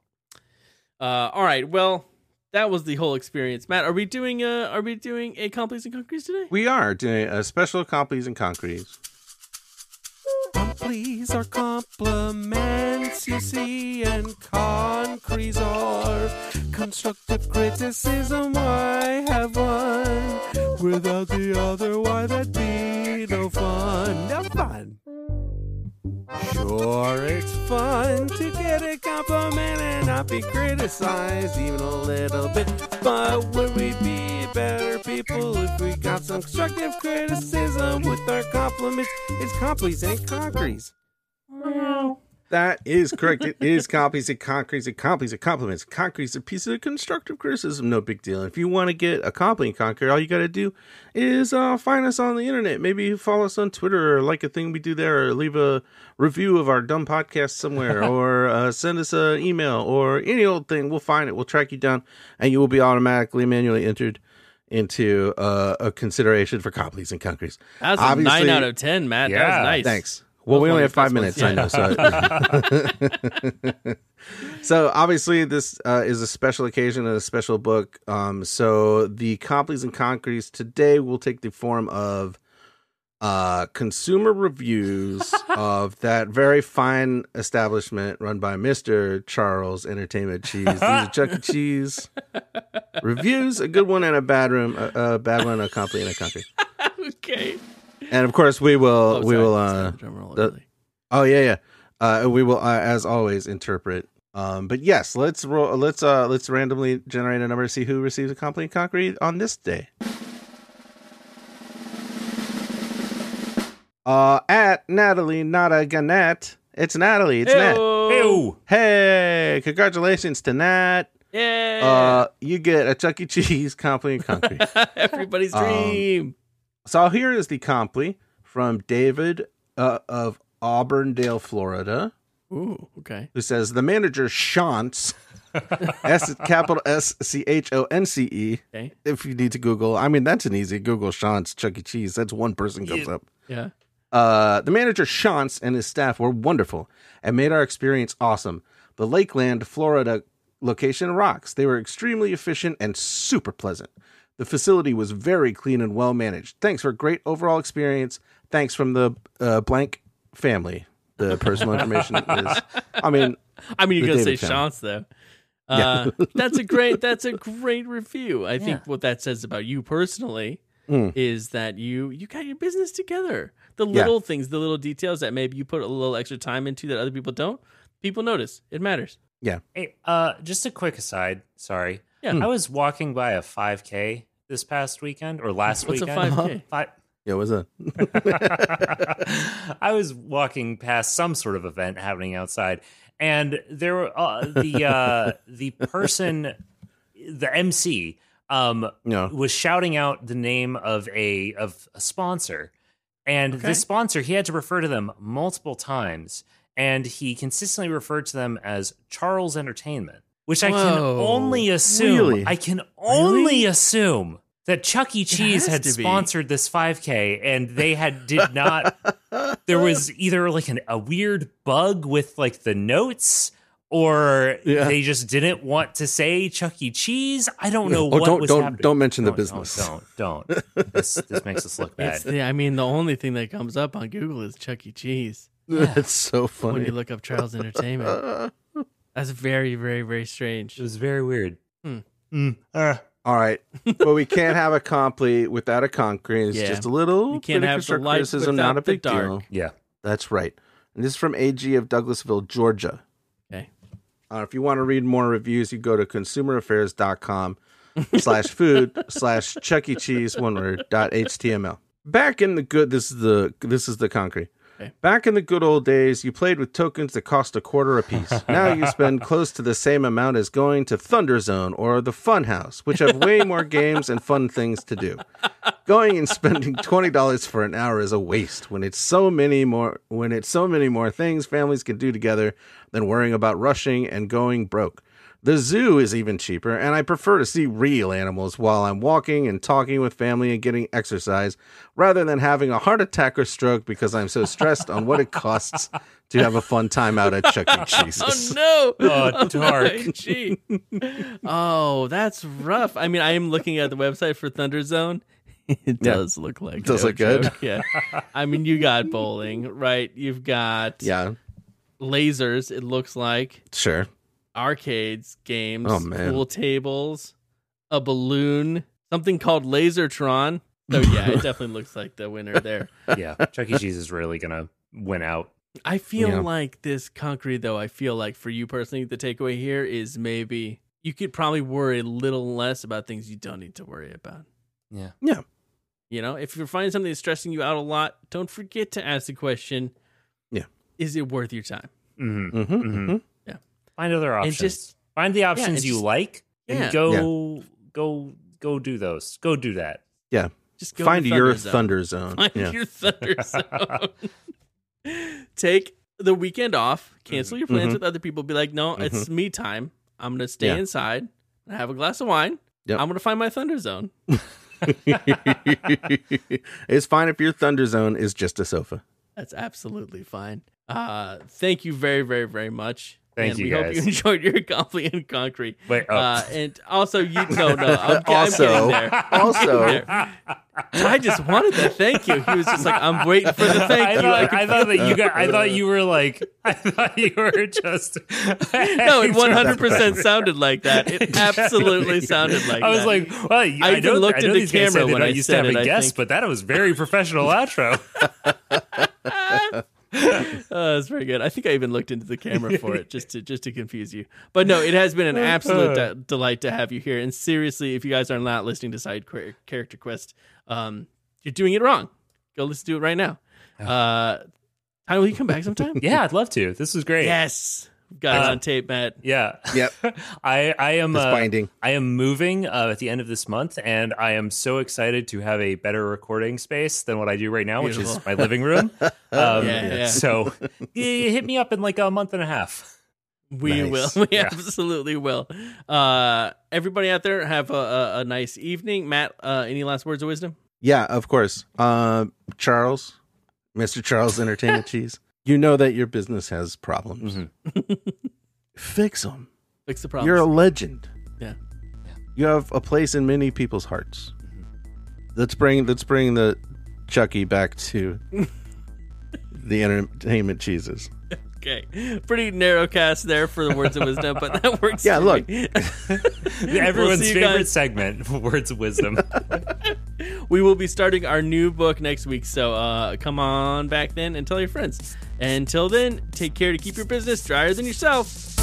S2: Uh, all right. Well, that was the whole experience. Matt, are we doing a are we doing a complex and concretes today?
S1: We are doing a special complies and concretes. Complies are compliments, you see, and concretes are constructive criticism. I have one. Without the other, why that'd be no fun. No fun. Sure, it's fun to get a compliment and not be criticized even a little bit. But would we be better people if we got some constructive criticism with our compliments? It's complies and concretes. That is correct. It is complies and concretes and complies and compliments. Concretes are pieces of constructive criticism. No big deal. If you want to get a compliment and concrete, all you got to do is uh, find us on the internet. Maybe follow us on Twitter or like a thing we do there or leave a review of our dumb podcast somewhere or uh, send us an email or any old thing. We'll find it. We'll track you down and you will be automatically manually entered into uh, a consideration for complies and concretes.
S2: That's a nine
S1: Obviously-
S2: out of ten, Matt. that
S3: Yeah.
S2: was nice.
S1: Thanks. Well, we
S2: one
S1: only
S2: of
S1: have
S2: the
S1: five
S2: first
S1: minutes, I know.
S2: ones,
S1: So, so obviously, this uh, is a special occasion and a special book. Um, so, the Compleys and Concretes today will take the form of uh, consumer reviews of that very fine establishment run by Mr. Charles Entertainment Cheese. These are Chuck E. Cheese reviews, a good one and a bad room, a, a bad one, a complete and a concrete.
S2: okay.
S1: And of course, we will,
S2: Oh,
S1: we
S2: sorry.
S1: will,
S2: Sorry,
S1: uh,
S2: the drum roll
S1: the-
S2: early.
S1: Oh yeah, yeah. Uh, we will, uh, as always, interpret. Um, but yes, let's roll. Let's uh, let's randomly generate a number to see who receives a complete concrete on this day. Uh, at Natalie, not a Gannett. It's Natalie. It's Nat.
S2: Ayo.
S3: Ew.
S1: Hey, congratulations to Nat.
S2: Yeah.
S1: Uh, you get a Chuck E. Cheese complete concrete.
S2: Everybody's
S1: um,
S2: dream.
S1: So here is the compli from David uh, of Auburndale, Florida.
S2: Ooh, okay.
S1: who says the manager Shantz, S capital S C H O N C E.
S2: Okay.
S1: If you need to Google, I mean that's an easy Google Shantz Chuck E. Cheese. That's one person comes up.
S2: Yeah.
S1: Uh, the manager Shantz and his staff were wonderful and made our experience awesome. The Lakeland, Florida location rocks. They were extremely efficient and super pleasant. The facility was very clean and well managed. Thanks for a great overall experience. Thanks from the uh, blank family. The personal information is, I mean,
S2: I mean, you're
S1: The
S2: gonna say
S1: David Channel.
S2: Shantz though. Uh, that's a great. That's a great review. I think what that says about you personally is that you you got your business together. The
S1: Hmm. Yeah.
S2: little things, the little details that maybe you put a little extra time into that other people don't. People notice. It matters.
S3: Hey, uh, just a quick aside. Sorry.
S2: Yeah.
S3: I was walking by a 5K this past weekend or last
S2: What's a
S3: weekend. Uh-huh.
S2: 5K?
S3: Fi-
S1: Yeah, what's that?
S3: I was walking past some sort of event happening outside, and there were uh, the uh, the person, the MC, um,
S1: No.
S3: was shouting out the name of a of a sponsor, and this sponsor he had to refer to them multiple times, and he consistently referred to them as Charles Entertainment, which I can
S2: Whoa.
S3: only assume.
S1: Really?
S3: I can only assume that Chuck E. Cheese
S2: has
S3: had
S2: to be.
S3: sponsored this 5K, and they had did not. there was either like an, a weird bug with like the notes. Or
S1: Yeah.
S3: they just didn't want to say Chuck E. Cheese. I don't know
S1: Oh,
S3: what
S1: don't-
S3: was
S1: don't-
S3: happening.
S1: don't mention the
S3: Don't-
S1: business.
S3: Don't don't. don't. this this makes us look
S2: It's
S3: bad.
S2: the, I mean, the only thing that comes up on Google is Chuck E. Cheese
S1: That's so
S2: when
S1: funny. Uh,
S2: you look up Charles Entertainment. That's very, very, very strange.
S3: It was very weird.
S2: Hmm.
S3: Mm, uh,
S1: All right, but we can't have a complete without a concrete. It's
S2: Yeah.
S1: just a little
S2: You can't have
S1: critical
S2: the light
S1: criticism,
S2: without
S1: not a
S2: the
S1: big
S2: dark.
S1: deal.
S3: yeah.
S1: That's right. And this is from AG of Douglasville, Georgia.
S2: Okay.
S1: Uh, if you want to read more reviews, you go to consumeraffairs.com slash food slash Chuck E. Cheese one word dot HTML. Back in the good this is the this is the concrete.
S2: Okay.
S1: Back in the good old days, you played with tokens that cost a quarter apiece. now you spend close to the same amount as going to Thunder Zone or the Fun House, which have way more games and fun things to do. Going and spending twenty dollars for an hour is a waste when it's so many more when it's so many more things families can do together than worrying about rushing and going broke. The zoo is even cheaper, and I prefer to see real animals while I'm walking and talking with family and getting exercise rather than having a heart attack or stroke because I'm so stressed on what it costs to have a fun time out at Chuck E.
S2: Oh
S1: Cheese's.
S2: no!
S3: Oh, dark.
S2: Gee. oh, that's rough. I mean, I am looking at the website for Thunder Zone. It
S1: Yeah.
S2: does look like
S1: Does
S2: no
S1: look good.
S2: joke. Yeah, I mean, you got bowling, right? You've got
S1: Yeah,
S2: lasers. It looks like
S1: sure.
S2: arcades, games,
S1: Oh, man.
S2: pool tables, a balloon, something called Lasertron. So yeah, it definitely looks like the winner there.
S3: yeah, Chuck E. Cheese is really gonna win out.
S2: I feel
S1: Yeah.
S2: like this concrete, though. I feel like for you personally, the takeaway here is maybe you could probably worry a little less about things you don't need to worry about.
S3: Yeah.
S1: Yeah.
S2: You know, if you're finding something that's stressing you out a lot, don't forget to ask the question.
S1: Yeah.
S2: Is it worth your time?
S3: hmm
S1: hmm
S2: Mm-hmm.
S1: hmm
S3: Find other
S2: And
S3: options.
S2: just-
S3: Find the options
S2: and
S3: you
S2: just-
S3: like, and
S2: yeah.
S3: go go go do those. Go do that.
S2: Just go
S1: Find
S2: to
S1: your
S2: Thunder
S1: thunder zone.
S2: Zone. Find
S1: Yeah.
S2: your thunder zone. Take the weekend off. Cancel your plans
S1: Mhm.
S2: with other people. Be like, no, it's me time. I'm gonna stay
S1: Mm-hmm. Yeah.
S2: inside. and have a glass of wine.
S1: Yep.
S2: I'm gonna find my thunder zone.
S1: it's fine if your thunder zone is just a sofa.
S2: That's absolutely fine. Uh, thank you very, very, very much.
S3: Thank
S2: and
S3: you,
S2: We hope
S3: guys.
S2: you enjoyed your coffee and concrete.
S3: Wait, oh.
S2: Uh, and also, you no, no. I'm,
S1: Uh, Also-
S2: I'm getting there.
S1: Also,
S2: There. I just wanted that. Thank you. He was just like, I'm waiting for the thank
S3: I
S2: you.
S3: thought,
S2: I
S3: I thought that you got. I thought you were like. I thought you were just.
S2: No, it 100 percent sounded like that. It absolutely sounded like
S3: I was
S2: that.
S3: like, well, I,
S2: I
S3: I
S2: even
S3: know,
S2: looked
S3: I know
S2: at the
S3: these guys said
S2: camera
S3: they
S2: when
S3: don't
S2: I
S3: used
S2: said
S3: to have
S2: it, I
S3: a guest,
S2: think.
S3: but that was very professional outro.
S2: oh, that's very good. I think I even looked into the camera for it just to just to confuse you. But no, it has been an absolute
S3: Uh.
S2: de- delight to have you here. And seriously, if you guys are not listening to Side Quar- Character Quest, um, you're doing it wrong. Go listen to it right now. Uh, Ty, will you come back sometime?
S3: yeah, I'd love to. This was great.
S2: Yes, We've got it
S3: Uh,
S2: on tape, Matt.
S3: Yeah.
S1: Yep.
S3: I I am
S1: It's
S3: uh,
S1: binding.
S3: I am moving uh, at the end of this month, and I am so excited to have a better recording space than what I do right now, which
S2: Beautiful.
S3: is my living room. Um,
S2: yeah.
S3: So yeah, hit me up in like a month and a half.
S2: We
S1: Nice.
S2: will. We
S3: Yeah.
S2: absolutely will. Uh, everybody out there, have a, a, a nice evening. Matt, uh, any last words of wisdom?
S1: Yeah, of course. Um, Charles, Mr. Charles Entertainment Cheese, you know that your business has problems.
S2: Mm-hmm.
S1: Fix them.
S2: Fix the problem.
S1: You're a legend.
S2: Yeah.
S1: You have a place in many people's hearts.
S2: Mm-hmm.
S1: Let's bring let's bring the Chucky back to the entertainment cheeses.
S2: Okay, pretty narrow cast there for the words of wisdom, but that works.
S1: Yeah,
S2: for
S1: look.
S2: me.
S3: Everyone's
S2: see you
S3: favorite
S2: guys.
S3: segment, words of wisdom.
S2: we will be starting our new book next week, so uh, come on back then and tell your friends. Until then, take care to keep your business drier than yourself.